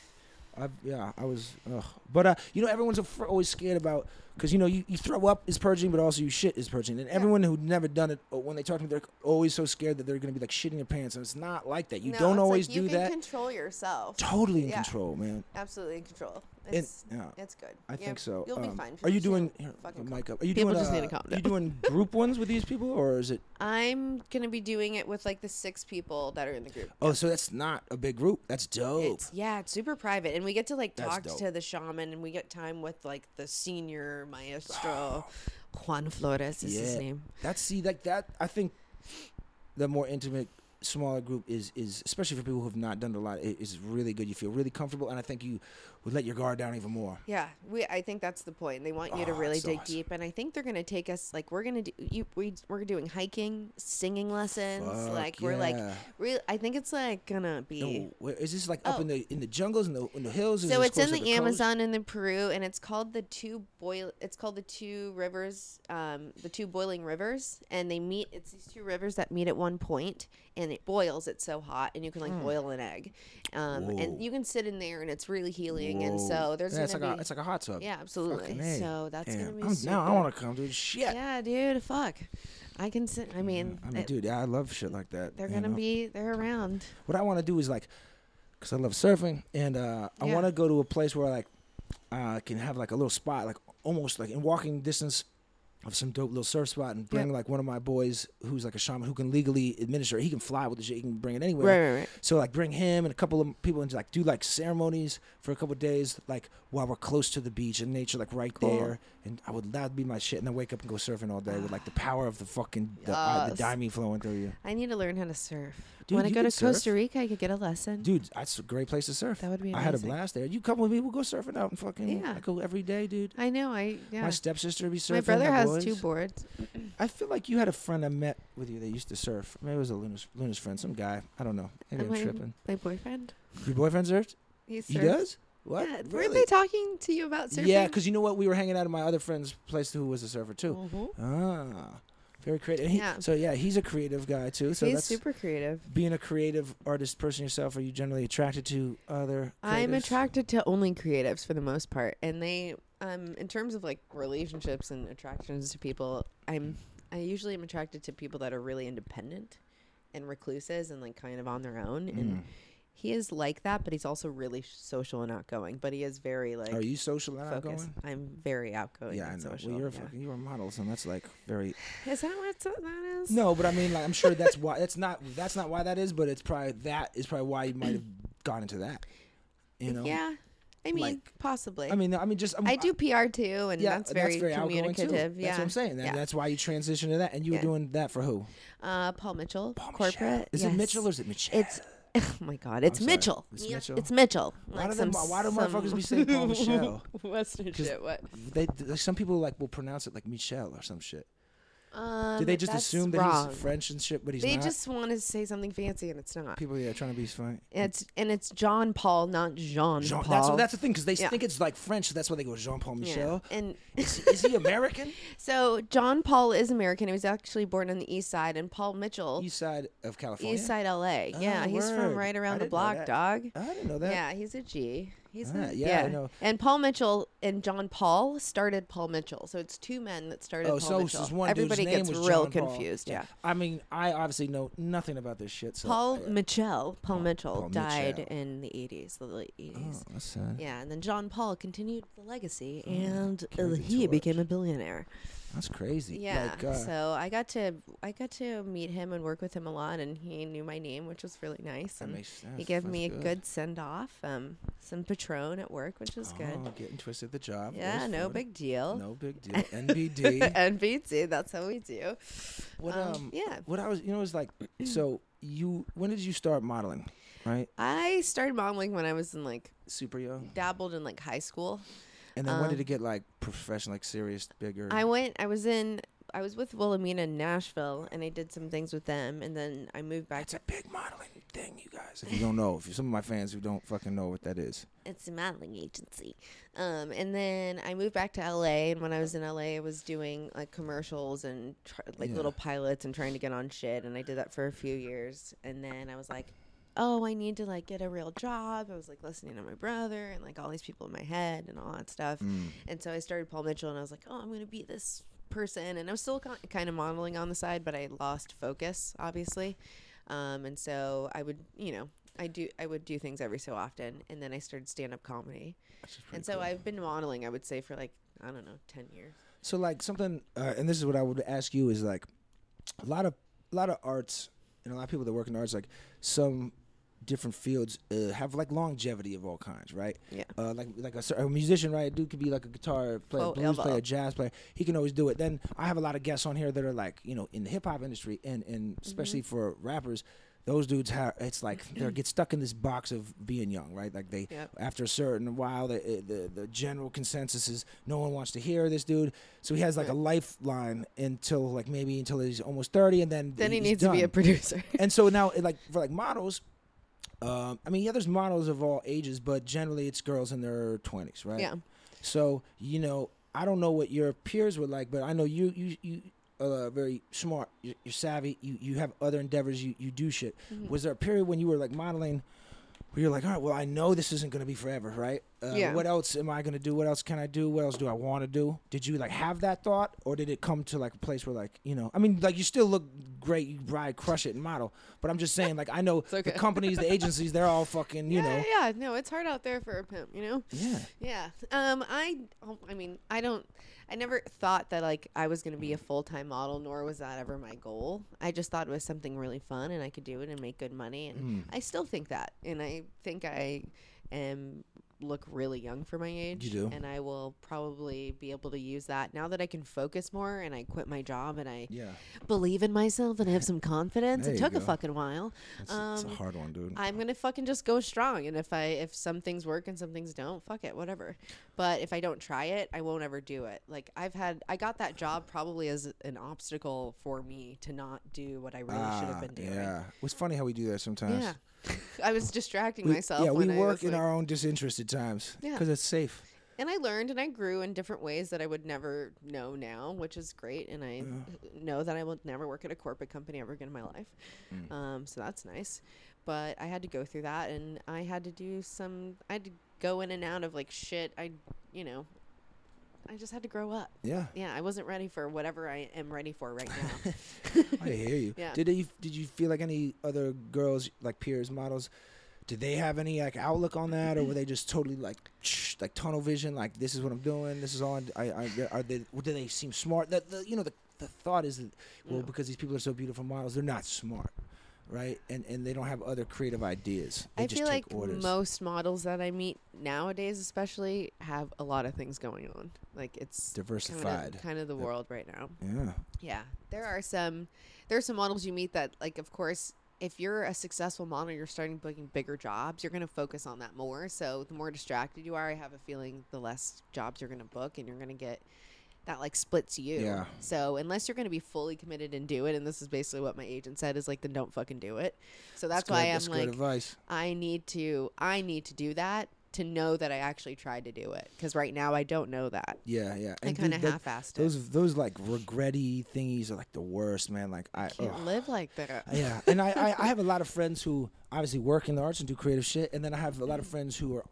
Speaker 3: I, yeah, I was. Ugh. But uh, you know, everyone's af- always scared about Because you know, you, you throw up is purging, but also you shit is purging. And everyone who'd never done it, uh, when they talk to me, they're always so scared that they're going to be like shitting their pants. And it's not like that.
Speaker 4: No,
Speaker 3: You
Speaker 4: it's
Speaker 3: don't
Speaker 4: like
Speaker 3: always
Speaker 4: you
Speaker 3: do
Speaker 4: can
Speaker 3: that.
Speaker 4: Control yourself.
Speaker 3: totally in
Speaker 4: Yeah.
Speaker 3: control, man.
Speaker 4: Absolutely in control.
Speaker 3: And-
Speaker 4: It's,
Speaker 3: yeah.
Speaker 4: it's good.
Speaker 3: I
Speaker 4: Yeah,
Speaker 3: think so.
Speaker 4: You'll be
Speaker 3: Um,
Speaker 4: fine.
Speaker 3: Are
Speaker 4: People
Speaker 3: you
Speaker 4: just need
Speaker 3: doing
Speaker 4: to
Speaker 3: here,
Speaker 4: fucking
Speaker 3: the
Speaker 4: calm
Speaker 3: mic up? Are you
Speaker 2: People
Speaker 3: doing
Speaker 2: just need to
Speaker 3: uh,
Speaker 2: calm
Speaker 3: You
Speaker 2: down.
Speaker 3: doing group ones with these people, or is it?
Speaker 2: I'm gonna be doing it with like the six people that are in the group.
Speaker 3: Oh, so that's not a big group. That's dope.
Speaker 2: It's, yeah, it's super private, and we get to like
Speaker 3: Oh. That's
Speaker 2: talk
Speaker 3: dope.
Speaker 2: to the shaman, and we get time with like the senior
Speaker 3: *sighs*
Speaker 2: maestro, Juan Flores is his name.
Speaker 3: That's see like that. I think the more intimate, smaller group is is especially for people who have not done it a lot. It is really good. You feel really comfortable, and I think you would let your guard down even more.
Speaker 2: Yeah, we. I think that's the point. They want you to
Speaker 3: Oh,
Speaker 2: really
Speaker 3: that's
Speaker 2: dig
Speaker 3: awesome.
Speaker 2: deep, and I think they're gonna take us like we're gonna do. You, we we're doing hiking, singing lessons.
Speaker 3: Fuck
Speaker 2: like we're like,
Speaker 3: yeah.
Speaker 2: real. I think it's like gonna be.
Speaker 3: No, where, is this like up
Speaker 2: Oh.
Speaker 3: in the in the jungles in the in the hills? Is
Speaker 2: So
Speaker 3: this
Speaker 2: it's in
Speaker 3: close to
Speaker 2: the,
Speaker 3: coast?
Speaker 2: Amazon and the Peru, and it's called the two boil. It's called the two rivers, um, the two boiling rivers, and they meet. It's these two rivers that meet at one point, and it boils. It's so hot, and you can like boil an egg, um,
Speaker 3: Hmm. Whoa.
Speaker 2: and you can sit in there, and it's really healing. And
Speaker 3: Whoa.
Speaker 2: so there's
Speaker 3: yeah, it's like
Speaker 2: gonna
Speaker 3: a
Speaker 2: be
Speaker 3: it's like a hot tub.
Speaker 2: yeah, absolutely.
Speaker 3: Fucking A.
Speaker 2: So that's
Speaker 3: Damn.
Speaker 2: gonna be
Speaker 3: I'm,
Speaker 2: super.
Speaker 3: now I want to come, dude. Shit.
Speaker 2: Yeah, dude. Fuck, I can sit. I mean,
Speaker 3: I mean,
Speaker 2: it-
Speaker 3: dude, yeah, I love shit like that.
Speaker 2: they're
Speaker 3: you
Speaker 2: gonna
Speaker 3: know?
Speaker 2: be. They're around.
Speaker 3: What I want to do is like, cause I love surfing, and uh, I
Speaker 2: Yeah.
Speaker 3: want to go to a place where like I can have like a little spot, like almost like in walking distance of some dope little surf spot, and bring like one of my boys who's like a shaman who can legally administer. it. He can fly with the shit. He can bring it anywhere.
Speaker 2: Right, right, right.
Speaker 3: So like bring him and a couple of people and like do like ceremonies for a couple of days, like while we're close to the beach and nature, like right there. And I would that'd be my shit. And then wake up and go surfing all day with like the power of the fucking the, uh, the
Speaker 2: Yes.
Speaker 3: dime flowing through you.
Speaker 2: I need to learn how to surf.
Speaker 3: Dude,
Speaker 2: when I
Speaker 3: you
Speaker 2: go
Speaker 3: can
Speaker 2: to
Speaker 3: surf.
Speaker 2: Costa Rica, I could get a lesson.
Speaker 3: Dude, that's a great place to surf.
Speaker 2: That would be
Speaker 3: I had a
Speaker 2: amazing.
Speaker 3: blast there. You come with me, we'll go surfing out and fucking.
Speaker 2: Yeah.
Speaker 3: I go every day, dude.
Speaker 2: I know. I yeah.
Speaker 3: My stepsister be surfing.
Speaker 2: My brother
Speaker 3: my
Speaker 2: has
Speaker 3: boys.
Speaker 2: two boards.
Speaker 3: I feel like you had a friend I met with you that used to surf. Maybe it was a Luna's, Luna's friend, some guy. I don't know. Maybe
Speaker 2: And
Speaker 3: I'm
Speaker 2: my,
Speaker 3: tripping.
Speaker 2: my boyfriend.
Speaker 3: Your boyfriend surfed?
Speaker 2: He surfs.
Speaker 3: He does? What?
Speaker 2: Yeah,
Speaker 3: really?
Speaker 2: Weren't they talking to you about surfing?
Speaker 3: Yeah, because you know what? We were hanging out at my other friend's place who was a surfer too.
Speaker 2: Mhm.
Speaker 3: Ah, very creative. And he-
Speaker 2: Yeah.
Speaker 3: So yeah, he's a creative guy too. So
Speaker 2: he's
Speaker 3: that's
Speaker 2: super creative.
Speaker 3: being a creative artist person yourself. Are you generally attracted to other?
Speaker 2: I'm
Speaker 3: creatives?
Speaker 2: attracted to only creatives for the most part, and they, um, in terms of like relationships and attractions to people, I'm, I usually am attracted to people that are really independent, and recluses and like kind of on their own.
Speaker 3: Mm-hmm.
Speaker 2: And he is like that, but he's also really social and outgoing. But he is very like
Speaker 3: Are you social and
Speaker 2: focused.
Speaker 3: outgoing?
Speaker 2: I'm very outgoing.
Speaker 3: Yeah, I know.
Speaker 2: and Social.
Speaker 3: well, you're a
Speaker 2: yeah.
Speaker 3: fucking you're a model, so that's like very.
Speaker 2: Is that what that
Speaker 3: *laughs*
Speaker 2: is?
Speaker 3: No, but I mean, like, I'm sure that's why. That's not. That's not why that is. But it's probably that is probably why you might have gone into that. You know.
Speaker 2: Yeah. I mean,
Speaker 3: like-
Speaker 2: possibly.
Speaker 3: I mean, I mean, just I'm,
Speaker 2: I do PR too, and that's very,
Speaker 3: outgoing, too.
Speaker 2: communicative. Yeah.
Speaker 3: That's what I'm saying. That,
Speaker 2: Yeah.
Speaker 3: That's why you transitioned to that, and you were
Speaker 2: Yeah.
Speaker 3: doing that for who?
Speaker 2: Uh, Paul Mitchell,
Speaker 3: Paul Mitchell.
Speaker 2: corporate.
Speaker 3: Is it
Speaker 2: yes.
Speaker 3: Mitchell or is it Mitchell?
Speaker 2: It's *laughs* oh my god, it's
Speaker 3: sorry.
Speaker 2: Mitchell.
Speaker 3: It's
Speaker 2: Yeah,
Speaker 3: Mitchell?
Speaker 2: It's Mitchell.
Speaker 3: why
Speaker 2: Like
Speaker 3: do them,
Speaker 2: some-
Speaker 3: why do
Speaker 2: some-
Speaker 3: motherfuckers be saying
Speaker 2: *laughs*
Speaker 3: Paul Michelle?
Speaker 2: Western
Speaker 3: 'Cause-
Speaker 2: shit? What?
Speaker 3: They like, some people like will pronounce it like Michelle or some shit.
Speaker 2: Um,
Speaker 3: Do they just
Speaker 2: that's
Speaker 3: assume that
Speaker 2: wrong.
Speaker 3: he's French and shit, but he's
Speaker 2: They
Speaker 3: not?
Speaker 2: just want to say something fancy, and it's not.
Speaker 3: people yeah trying to be funny.
Speaker 2: It's and it's John Paul, not Jean,
Speaker 3: Jean,
Speaker 2: Paul.
Speaker 3: that's that's the thing because they
Speaker 2: Yeah.
Speaker 3: think it's like French, so that's why they go Jean Paul
Speaker 2: Yeah.
Speaker 3: Michel.
Speaker 2: And *laughs*
Speaker 3: Is, is he American?
Speaker 2: so John Paul is American. He was actually born on the East Side, and Paul Mitchell,
Speaker 3: East side of California.
Speaker 2: East Side, L.A. yeah,
Speaker 3: Oh,
Speaker 2: he's
Speaker 3: word.
Speaker 2: from right
Speaker 3: I
Speaker 2: around the
Speaker 3: didn't know
Speaker 2: block,
Speaker 3: that.
Speaker 2: dog.
Speaker 3: I didn't know that.
Speaker 2: Yeah, he's a G. He's
Speaker 3: Ah,
Speaker 2: a,
Speaker 3: yeah, I know.
Speaker 2: And Paul Mitchell and John Paul started Paul Mitchell, so it's two men that started.
Speaker 3: Oh,
Speaker 2: Paul
Speaker 3: so
Speaker 2: Mitchell.
Speaker 3: this one
Speaker 2: everybody
Speaker 3: dude's name
Speaker 2: gets
Speaker 3: was
Speaker 2: real
Speaker 3: John Paul.
Speaker 2: confused. Yeah,
Speaker 3: I mean, I obviously know nothing about this shit. So
Speaker 2: Paul
Speaker 3: I-
Speaker 2: Mitchell. Paul Mitchell
Speaker 3: Paul
Speaker 2: died
Speaker 3: Mitchell.
Speaker 2: in the eighties, the late eighties.
Speaker 3: Oh, that's sad.
Speaker 2: Yeah, and then John Paul continued the legacy,
Speaker 3: Oh,
Speaker 2: and uh,
Speaker 3: carried the
Speaker 2: he
Speaker 3: torch.
Speaker 2: became a billionaire.
Speaker 3: That's crazy.
Speaker 2: Yeah,
Speaker 3: Like, uh,
Speaker 2: so I got to I got to meet him and work with him a lot, and he knew my name, which was really nice.
Speaker 3: that
Speaker 2: and
Speaker 3: makes sense.
Speaker 2: he gave
Speaker 3: That's
Speaker 2: me a good send off, um, some Patron at work, which was good.
Speaker 3: Oh, getting twisted the job.
Speaker 2: Yeah,
Speaker 3: Always
Speaker 2: no
Speaker 3: fun.
Speaker 2: big deal. *laughs*
Speaker 3: No big deal. NBD.
Speaker 2: NBT, that's how we do.
Speaker 3: what um,
Speaker 2: Um, yeah.
Speaker 3: What I was, you know, it was like. So you, when did you start modeling? Right,
Speaker 2: I started modeling when I was in like
Speaker 3: super young.
Speaker 2: dabbled in like high school.
Speaker 3: And then when did
Speaker 2: Um,
Speaker 3: it get like professional, like serious, bigger?
Speaker 2: I went, I was in, I was with Wilhelmina in Nashville, and I did some things with them, and then I moved back.
Speaker 3: That's
Speaker 2: to
Speaker 3: a big modeling thing, you guys. If you don't know, if you some of my fans who don't fucking know what that is,
Speaker 2: It's a modeling agency, um, and then I moved back to LA. And when I was in LA, I was doing like commercials and tr- like
Speaker 3: Yeah.
Speaker 2: little pilots and trying to get on shit, and I did that for a few years. And then I was like, oh, I need to like get a real job. I was like listening to my brother and like all these people in my head and all that stuff.
Speaker 3: Mm.
Speaker 2: And so I started Paul Mitchell and I was like, oh, I'm going to be this person. And I was still kind of modeling on the side, but I lost focus, obviously. Um, and so I would, you know, I do I would do things every so often. And then I started stand up comedy. And so I've been modeling, I would say, for like, I don't know, 10 years.
Speaker 3: So like something, uh, and this is what I would ask you is like, a lot of a lot of arts and a lot of people that work in arts, like some different fields uh, have like longevity of all kinds, right?
Speaker 2: Yeah.
Speaker 3: Uh, like like a, cer- a musician, right? A dude could be like a guitar player,
Speaker 2: Oh,
Speaker 3: blues
Speaker 2: elbow.
Speaker 3: player, jazz player. He can always do it. Then I have a lot of guests on here that are like you know in the hip hop industry and and
Speaker 2: Mm-hmm.
Speaker 3: especially for rappers. Those dudes have it's
Speaker 2: *clears throat*
Speaker 3: like they get stuck in this box of being young, right? Like they
Speaker 2: Yep.
Speaker 3: after a certain while the, the the general consensus is no one wants to hear this dude, so he has like a lifeline until like maybe until he's almost thirty, and then
Speaker 2: Then he
Speaker 3: he's
Speaker 2: needs to be a
Speaker 3: done
Speaker 2: producer.
Speaker 3: and so now it, like for like models um, i mean yeah there's models of all ages but generally it's girls in their 20s right
Speaker 2: Yeah.
Speaker 3: so you know i don't know what your peers were like but i know you you you uh, very smart you're, you're savvy you you have other endeavors you you do shit
Speaker 2: Mm-hmm.
Speaker 3: was there a period when you were like modeling where you're like all right well i know this isn't going to be forever right uh,
Speaker 2: Yeah.
Speaker 3: what else am i going to do what else can i do what else do i want to do did you like have that thought or did it come to like a place where like you know i mean like you still look great you probably crush it and model but i'm just saying like i
Speaker 2: *laughs*
Speaker 3: know the
Speaker 2: okay.
Speaker 3: companies the agencies they're all fucking you
Speaker 2: yeah, *laughs*
Speaker 3: know
Speaker 2: Uh, yeah, no, it's hard out there for a pimp, you know.
Speaker 3: yeah
Speaker 2: Yeah. Um, I, oh, I mean, I don't, I never thought that like I was gonna be a full time model, nor was that ever my goal. I just thought it was something really fun and I could do it and make good money, and
Speaker 3: Hmm.
Speaker 2: I still think that, and I think I am look really young for my age.
Speaker 3: You do.
Speaker 2: and I will probably be able to use that now that I can focus more and I quit my job and I
Speaker 3: yeah
Speaker 2: believe in myself and have some confidence.
Speaker 3: There
Speaker 2: It
Speaker 3: you
Speaker 2: took a
Speaker 3: go.
Speaker 2: fucking while. Um,
Speaker 3: it's, it's a hard one dude
Speaker 2: I'm gonna fucking just go strong, and if I if some things work and some things don't, fuck it, whatever. But if I don't try it, I won't ever do it. Like I've had, I got that job probably as an obstacle for me to not do what I really should
Speaker 3: Ah,
Speaker 2: have been doing.
Speaker 3: yeah it's funny how we do that sometimes
Speaker 2: Yeah. *laughs* I was distracting
Speaker 3: We-
Speaker 2: myself.
Speaker 3: yeah we
Speaker 2: when I
Speaker 3: work
Speaker 2: was,
Speaker 3: in
Speaker 2: like-
Speaker 3: our own disinterested times
Speaker 2: Yeah.
Speaker 3: because it's safe
Speaker 2: and I learned and I grew in different ways that I would never know now, which is great. And I know that I will never work at a corporate company ever again in my life.
Speaker 3: Mm.
Speaker 2: Um, so that's nice. But I had to go through that and I had to do some, I had to go in and out of like shit. I, you know, I just had to grow up.
Speaker 3: yeah
Speaker 2: Yeah, I wasn't ready for whatever I am ready for right now.
Speaker 3: I hear you.
Speaker 2: Yeah.
Speaker 3: Did you did you feel like any other girls like peers models? Did they have any like outlook on that, or were they just totally like like tunnel vision? Like this is what I'm doing. This is all. I, I, I- are they? Do they seem smart? The, the you know the the thought is that well
Speaker 2: No.
Speaker 3: because these people are so beautiful models, they're not smart, right? And and they don't have other creative ideas. *laughs* They
Speaker 2: I
Speaker 3: just
Speaker 2: feel
Speaker 3: take
Speaker 2: like
Speaker 3: orders.
Speaker 2: most models that I meet nowadays, especially, have a lot of things going on. Like it's kinda-
Speaker 3: Diversified.
Speaker 2: kind of the
Speaker 3: Yep.
Speaker 2: world right now.
Speaker 3: yeah.
Speaker 2: Yeah, there are some there are some models you meet that like of course if you're a successful model you're starting booking bigger jobs you're going to focus on that more so the more distracted you are I have a feeling the less jobs you're going to book and you're going to get that like splits you
Speaker 3: Yeah.
Speaker 2: so unless you're going to be fully committed and do it and this is basically what my agent said is like then don't fucking do it so that's,
Speaker 3: good-
Speaker 2: why
Speaker 3: that's
Speaker 2: I'm
Speaker 3: good
Speaker 2: like
Speaker 3: advice.
Speaker 2: I need to I need to do that to know that I actually tried to do it because right now I don't know that
Speaker 3: Yeah, yeah.
Speaker 2: I
Speaker 3: And
Speaker 2: kind of
Speaker 3: dude, that-
Speaker 2: half-assed it
Speaker 3: Those those like regretty thingies are like the worst, man. Like I
Speaker 2: can't
Speaker 3: ugh.
Speaker 2: live like that
Speaker 3: Yeah, and I, I, I have a lot of friends who obviously work in the arts and do creative shit, and then I have a lot of friends who are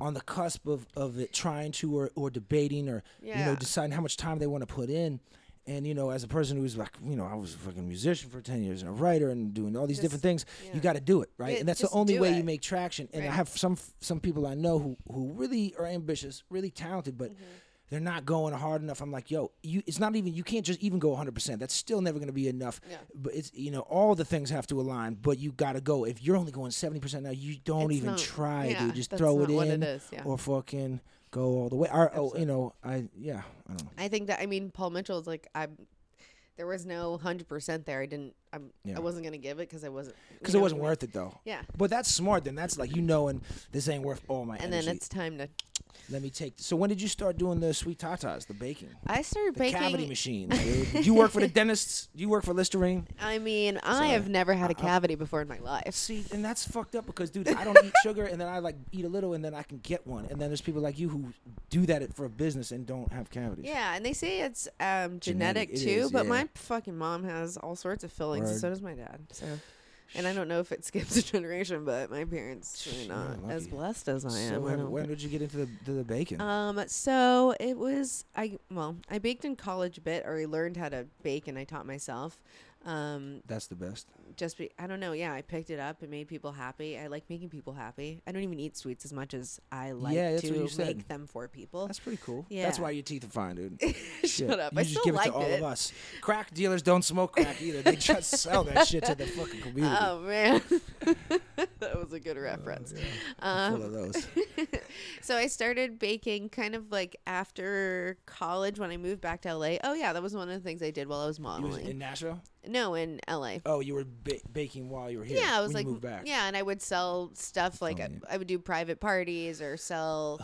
Speaker 3: on the cusp of, of it, trying to or, or debating or you know
Speaker 2: Yeah.
Speaker 3: deciding how much time they want to put in. And you know, as a person who's like, you know, I was a fucking musician for ten years and a writer and doing all these different things, you got to do it, right?
Speaker 2: Yeah,
Speaker 3: and that's the
Speaker 2: just
Speaker 3: only
Speaker 2: do
Speaker 3: way you
Speaker 2: it.
Speaker 3: make traction. And I
Speaker 2: Right.
Speaker 3: have some some people I know who who really are ambitious, really talented, but.
Speaker 2: Mm-hmm.
Speaker 3: They're not going hard enough. I'm like, yo, you. It's not even. You can't just even go 100. percent That's still never going to be enough
Speaker 2: Yeah.
Speaker 3: but it's you know all the things have to align but you gotta go if you're only going 70% now you don't
Speaker 2: It's
Speaker 3: even
Speaker 2: not-
Speaker 3: try
Speaker 2: yeah,
Speaker 3: dude just
Speaker 2: that's
Speaker 3: throw it
Speaker 2: not what it
Speaker 3: in
Speaker 2: is, yeah.
Speaker 3: or fucking go all the way or oh, you know i yeah i don't know
Speaker 2: I think that I mean Paul Mitchell is like I'm. There was no hundred percent there. I didn't. I'm.
Speaker 3: Yeah.
Speaker 2: I wasn't gonna give it because I wasn't. you
Speaker 3: because
Speaker 2: know
Speaker 3: it
Speaker 2: what
Speaker 3: wasn't
Speaker 2: I mean?
Speaker 3: worth it though
Speaker 2: Yeah.
Speaker 3: but that's smart then that's like you knowing this ain't worth all my
Speaker 2: And
Speaker 3: energy
Speaker 2: then it's time to.
Speaker 3: let me take so when did you start doing the sweet tatas the baking
Speaker 2: I started
Speaker 3: the
Speaker 2: baking.
Speaker 3: cavity
Speaker 2: *laughs*
Speaker 3: machine dude. Did you work for the dentists you work for listerine
Speaker 2: I mean, I have never had a
Speaker 3: Uh-huh.
Speaker 2: cavity before in my life.
Speaker 3: See, and that's fucked up because, dude, I don't
Speaker 2: *laughs*
Speaker 3: eat sugar, and then I like eat a little, and then I can get one, and then there's people like you who do that for a business and don't have cavities.
Speaker 2: Yeah, and they say it's um, genetic,
Speaker 3: Genetic, it
Speaker 2: too,
Speaker 3: is,
Speaker 2: but
Speaker 3: yeah.
Speaker 2: my fucking mom has all sorts of fillings, and
Speaker 3: Word.
Speaker 2: so does my dad. So And I don't know if it *laughs* skips a generation, but my parents
Speaker 3: Shh,
Speaker 2: are
Speaker 3: you're
Speaker 2: not as
Speaker 3: lucky.
Speaker 2: blessed as I am.
Speaker 3: So
Speaker 2: I
Speaker 3: when,
Speaker 2: don't
Speaker 3: when
Speaker 2: think.
Speaker 3: did you get into the to the bacon?
Speaker 2: Um, so it was I well, I baked in college a bit, or I learned how to bake and I taught myself. Um,
Speaker 3: That's the best.
Speaker 2: just be, I don't know, yeah, I picked it up. It made people happy. I like making people happy. I don't even eat sweets as much as I like
Speaker 3: Yeah, that's
Speaker 2: to
Speaker 3: what you
Speaker 2: make
Speaker 3: said.
Speaker 2: them for people. *laughs*
Speaker 3: That's pretty cool. That's
Speaker 2: Yeah.
Speaker 3: why your teeth are fine, dude. Shut
Speaker 2: *laughs* Shut up.
Speaker 3: You
Speaker 2: I
Speaker 3: just
Speaker 2: still
Speaker 3: give it to
Speaker 2: liked
Speaker 3: all
Speaker 2: it.
Speaker 3: of us. Crack dealers don't smoke crack either. They just sell that shit to the fucking community.
Speaker 2: *laughs* Oh man, *laughs* that was a
Speaker 3: Oh,
Speaker 2: good reference.
Speaker 3: I'm
Speaker 2: Um,
Speaker 3: full of those.
Speaker 2: so I started baking kind of like after college when I moved back to LA. Oh yeah, that was one of the things I did while I was *laughs*
Speaker 3: You was
Speaker 2: modeling.
Speaker 3: in Nashville?
Speaker 2: no, in LA.
Speaker 3: Oh, you were ba- baking while you were here.
Speaker 2: Yeah, I was
Speaker 3: when
Speaker 2: like,
Speaker 3: you moved back.
Speaker 2: yeah, and I would sell stuff like I,
Speaker 3: yeah.
Speaker 2: I would do private parties or sell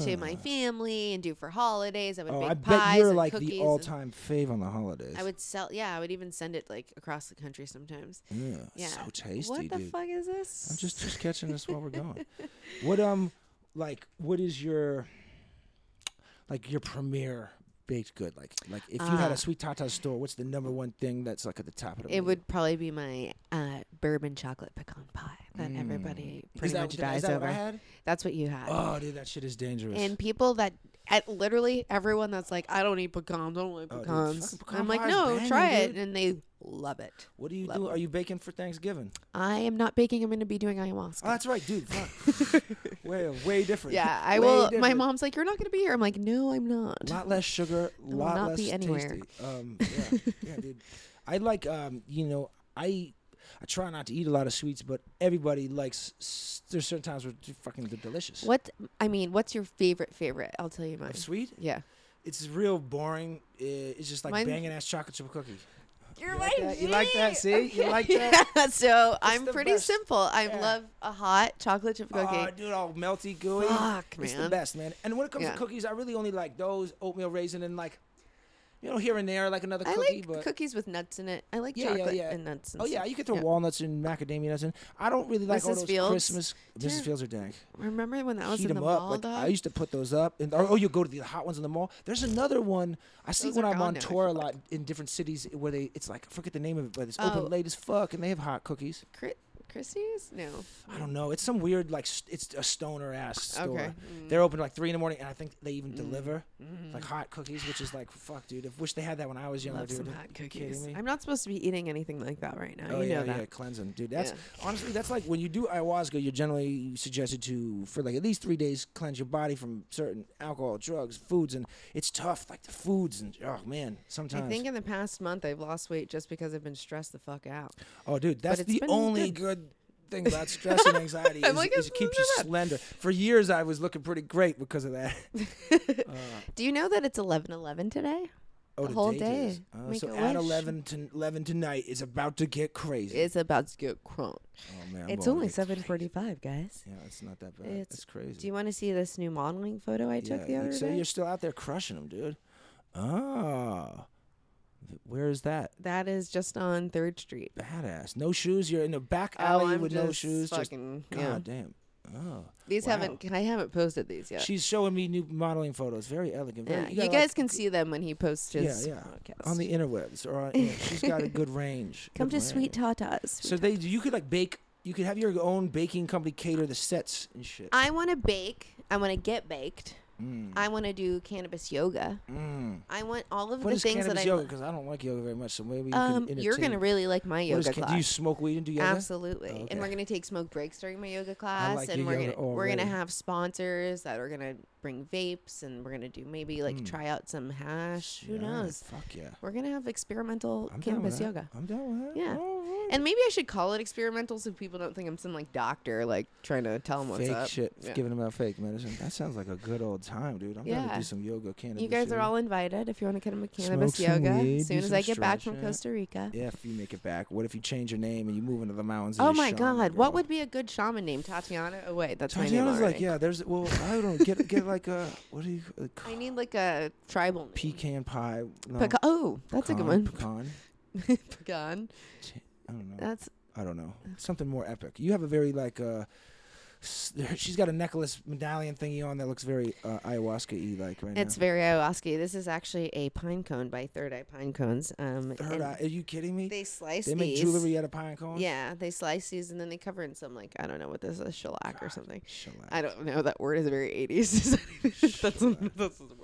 Speaker 2: to my family and do for holidays. I would
Speaker 3: Ah. Oh,
Speaker 2: bake
Speaker 3: I
Speaker 2: pies
Speaker 3: bet you're
Speaker 2: and
Speaker 3: like
Speaker 2: cookies.
Speaker 3: the
Speaker 2: and-
Speaker 3: all-time fave on the holidays.
Speaker 2: I would sell, yeah, I would even send it like across the country sometimes.
Speaker 3: yeah,
Speaker 2: Yeah,
Speaker 3: so tasty,
Speaker 2: What the
Speaker 3: dude.
Speaker 2: fuck is this?
Speaker 3: I'm just just catching this while we're
Speaker 2: *laughs*
Speaker 3: going. What um, like, what is your like your premier baked good? Like, like if you had
Speaker 2: Ah.
Speaker 3: a sweet tata store, what's the number one thing that's like at the top of the?
Speaker 2: It
Speaker 3: menu?
Speaker 2: would probably be my uh, bourbon chocolate pecan pie that everybody
Speaker 3: Mm. Is
Speaker 2: pretty
Speaker 3: that-
Speaker 2: much
Speaker 3: did I-
Speaker 2: dies
Speaker 3: is that
Speaker 2: over.
Speaker 3: what I had?
Speaker 2: That's what you had.
Speaker 3: Oh, dude, that shit is dangerous.
Speaker 2: and people that at literally everyone that's like, I don't eat pecans, I don't like
Speaker 3: Oh, dude,
Speaker 2: pecans.
Speaker 3: fucking pecan
Speaker 2: I'm like,
Speaker 3: pie's
Speaker 2: no,
Speaker 3: banging,
Speaker 2: try it,
Speaker 3: dude.
Speaker 2: and they love it.
Speaker 3: what do you
Speaker 2: Love
Speaker 3: do?
Speaker 2: it.
Speaker 3: Are you baking for Thanksgiving?
Speaker 2: *laughs* I am not baking. I'm going to be doing ayahuasca.
Speaker 3: Oh, that's right, dude.
Speaker 2: *laughs*
Speaker 3: Fuck. way way different. *laughs*
Speaker 2: yeah, I
Speaker 3: Way
Speaker 2: will. My
Speaker 3: different.
Speaker 2: mom's like, you're not going to be here. I'm like, no, I'm not.
Speaker 3: lot less sugar,
Speaker 2: will
Speaker 3: lot
Speaker 2: not
Speaker 3: less
Speaker 2: be anywhere.
Speaker 3: tasty. Um, yeah, yeah,
Speaker 2: *laughs*
Speaker 3: dude. I like, um, you know, I I try not to eat a lot of sweets, but everybody likes. s- There's certain times where they're fucking they're delicious.
Speaker 2: What I mean, what's your favorite favorite? I'll tell you mine.
Speaker 3: Of sweet?
Speaker 2: Yeah,
Speaker 3: It's real boring. Uh, It's just like
Speaker 2: Mine-
Speaker 3: banging ass chocolate chip cookie.
Speaker 2: you're
Speaker 3: You like that? You like that? See? You like *laughs* that?
Speaker 2: *laughs* Yeah, so I'm
Speaker 3: the
Speaker 2: pretty
Speaker 3: best.
Speaker 2: simple. I
Speaker 3: Yeah.
Speaker 2: love a hot chocolate chip cookie.
Speaker 3: Oh, dude, all melty, gooey.
Speaker 2: Fuck,
Speaker 3: it's the
Speaker 2: man.
Speaker 3: best, man. And when it comes
Speaker 2: Yeah.
Speaker 3: to cookies, I really only like those oatmeal raisin and like, you know, here and there, like another
Speaker 2: I
Speaker 3: cookie.
Speaker 2: like
Speaker 3: but
Speaker 2: cookies with nuts in it. I like
Speaker 3: Yeah, yeah,
Speaker 2: chocolate
Speaker 3: yeah.
Speaker 2: and nuts. And
Speaker 3: Oh yeah,
Speaker 2: stuff.
Speaker 3: you can throw walnuts and macadamia nuts in. I don't really like all
Speaker 2: Mrs.
Speaker 3: those
Speaker 2: Fields?
Speaker 3: Christmas.
Speaker 2: Yeah.
Speaker 3: Mrs. Fields are dank.
Speaker 2: Remember when that was
Speaker 3: Heat
Speaker 2: in the
Speaker 3: them up.
Speaker 2: mall?
Speaker 3: Like,
Speaker 2: dog?
Speaker 3: I used to put those up, and or, oh, you go to the hot ones in the mall. There's another one I see
Speaker 2: Those
Speaker 3: when
Speaker 2: are
Speaker 3: I'm
Speaker 2: gone
Speaker 3: on
Speaker 2: now, I
Speaker 3: tour a
Speaker 2: feel
Speaker 3: lot in different cities where they. It's like I forget the name of it, but it's
Speaker 2: Oh.
Speaker 3: open late as fuck, and they have hot cookies.
Speaker 2: Chri- Christie's? No.
Speaker 3: I don't know. It's some weird like st- it's a stoner ass store.
Speaker 2: Okay. Mm. Mm-hmm.
Speaker 3: They're open like three in the morning, and I think they even deliver like hot cookies, which is like fuck, dude. I wish they had that when I was younger,
Speaker 2: Love
Speaker 3: dude.
Speaker 2: some
Speaker 3: Are
Speaker 2: hot
Speaker 3: you kidding
Speaker 2: cookies.
Speaker 3: me?
Speaker 2: I'm not supposed to be eating anything like that right now.
Speaker 3: Oh
Speaker 2: you
Speaker 3: yeah,
Speaker 2: know that.
Speaker 3: yeah, cleansing, dude. That's
Speaker 2: Yeah.
Speaker 3: honestly that's like when you do ayahuasca, you're generally suggested to for like at least three days cleanse your body from certain alcohol, drugs, foods, and it's tough. Like the foods and oh man, sometimes.
Speaker 2: I think in the past month I've lost weight just because I've been stressed the fuck out.
Speaker 3: oh dude, that's
Speaker 2: it's
Speaker 3: the
Speaker 2: been
Speaker 3: only
Speaker 2: good.
Speaker 3: good.
Speaker 2: *laughs*
Speaker 3: thing about stress and anxiety
Speaker 2: I'm
Speaker 3: is,
Speaker 2: like,
Speaker 3: is
Speaker 2: it's
Speaker 3: it keeps
Speaker 2: not
Speaker 3: you
Speaker 2: bad.
Speaker 3: slender. For years, I was looking pretty great because of that. *laughs* Uh,
Speaker 2: *laughs* Do you know that it's 11:11 today?
Speaker 3: Oh,
Speaker 2: The whole
Speaker 3: date
Speaker 2: day.
Speaker 3: is. Uh,
Speaker 2: Make
Speaker 3: so
Speaker 2: a
Speaker 3: at
Speaker 2: wish.
Speaker 3: eleven to eleven tonight is about to get crazy.
Speaker 2: It's about to get crunk.
Speaker 3: oh man, I'm
Speaker 2: It's
Speaker 3: about to
Speaker 2: only
Speaker 3: get-
Speaker 2: 7:45, guys.
Speaker 3: Yeah, it's not that bad.
Speaker 2: It's-
Speaker 3: It's crazy.
Speaker 2: Do you want to see this new modeling photo I took the
Speaker 3: like,
Speaker 2: other
Speaker 3: so
Speaker 2: day?
Speaker 3: you're still out there crushing them, dude. Ah, Th- where is that
Speaker 2: That is just on Third Street.
Speaker 3: badass? No shoes. You're in the back alley
Speaker 2: Oh, I'm
Speaker 3: with no
Speaker 2: just
Speaker 3: shoes.
Speaker 2: fucking-
Speaker 3: just,
Speaker 2: yeah.
Speaker 3: God damn. Oh,
Speaker 2: These
Speaker 3: wow.
Speaker 2: haven't I haven't posted these yet.
Speaker 3: She's showing me new modeling photos. Very elegant. Very,
Speaker 2: yeah, you,
Speaker 3: gotta, like,
Speaker 2: guys can see them when he posts
Speaker 3: Yeah,
Speaker 2: his
Speaker 3: yeah.
Speaker 2: podcast.
Speaker 3: on the interwebs or on, yeah, she's got a good range.
Speaker 2: *laughs* Come
Speaker 3: good
Speaker 2: to Sweet
Speaker 3: range.
Speaker 2: Tatas.
Speaker 3: So they, you could like bake. You could have your own baking company cater the sets and shit.
Speaker 2: I want to bake. I want to get baked.
Speaker 3: Mm.
Speaker 2: I want to do cannabis yoga. I want all of
Speaker 3: What
Speaker 2: the
Speaker 3: is
Speaker 2: things that
Speaker 3: cannabis
Speaker 2: I.
Speaker 3: yoga? Because I don't like yoga very much. So maybe you
Speaker 2: um,
Speaker 3: can
Speaker 2: you're gonna
Speaker 3: entertain-
Speaker 2: really like my
Speaker 3: What is
Speaker 2: yoga
Speaker 3: ca-
Speaker 2: class.
Speaker 3: Do you smoke weed and do yoga?
Speaker 2: Absolutely,
Speaker 3: Okay.
Speaker 2: and we're gonna take smoke breaks during my yoga class,
Speaker 3: like
Speaker 2: and
Speaker 3: your
Speaker 2: we're
Speaker 3: yoga
Speaker 2: gonna we're gonna
Speaker 3: already.
Speaker 2: have sponsors that are gonna bring vapes, and we're gonna do maybe like try out some hash. Who
Speaker 3: Hmm. Yeah,
Speaker 2: knows?
Speaker 3: Fuck yeah.
Speaker 2: We're gonna have experimental
Speaker 3: I'm down with
Speaker 2: cannabis
Speaker 3: that.
Speaker 2: yoga.
Speaker 3: I'm down with that.
Speaker 2: Yeah.
Speaker 3: All right.
Speaker 2: And maybe I should call it experimental so people don't think I'm some like doctor like trying to tell them what's
Speaker 3: fake
Speaker 2: up.
Speaker 3: shit,
Speaker 2: Yeah.
Speaker 3: giving them out fake medicine. That sounds like a good old time, dude. I'm gonna
Speaker 2: Yeah.
Speaker 3: do some yoga, cannabis.
Speaker 2: You guys are
Speaker 3: yoga.
Speaker 2: all invited if you want to come to cannabis
Speaker 3: Smoke some
Speaker 2: yoga
Speaker 3: weed,
Speaker 2: as soon
Speaker 3: do
Speaker 2: as
Speaker 3: some
Speaker 2: I get back from
Speaker 3: stretching.
Speaker 2: Costa Rica.
Speaker 3: Yeah, if you make it back, what if you change your name and you move into the mountains? and
Speaker 2: Oh
Speaker 3: you're
Speaker 2: my
Speaker 3: shaman,
Speaker 2: god, what
Speaker 3: girl?
Speaker 2: would be a good shaman name? Tatiana? Oh wait, that's my name
Speaker 3: Tatiana's
Speaker 2: already.
Speaker 3: like, yeah, there's well, I don't get get like a what do you uh,
Speaker 2: *laughs* I need like a tribal name.
Speaker 3: pecan pie? No,
Speaker 2: Peca- oh, that's a good
Speaker 3: pecan,
Speaker 2: one.
Speaker 3: Pecan.
Speaker 2: *laughs* Pecan.
Speaker 3: Ch- I don't know.
Speaker 2: That's
Speaker 3: I don't know. Something more epic. You have a very like uh s- she's got a necklace medallion thingy on that looks very uh, ayahuasca y like right
Speaker 2: It's
Speaker 3: now.
Speaker 2: very ayahuasca. This is actually a pine cone by Third Eye Pine Cones. Um,
Speaker 3: Third
Speaker 2: and
Speaker 3: eye. Are you kidding me?
Speaker 2: They slice
Speaker 3: They make
Speaker 2: these.
Speaker 3: jewelry out of pine cones.
Speaker 2: Yeah, they slice these and then they cover in some like I don't know what this is, shellac or something.
Speaker 3: shellac.
Speaker 2: I don't know. That word is very eighties. *laughs* that's a, that's a word.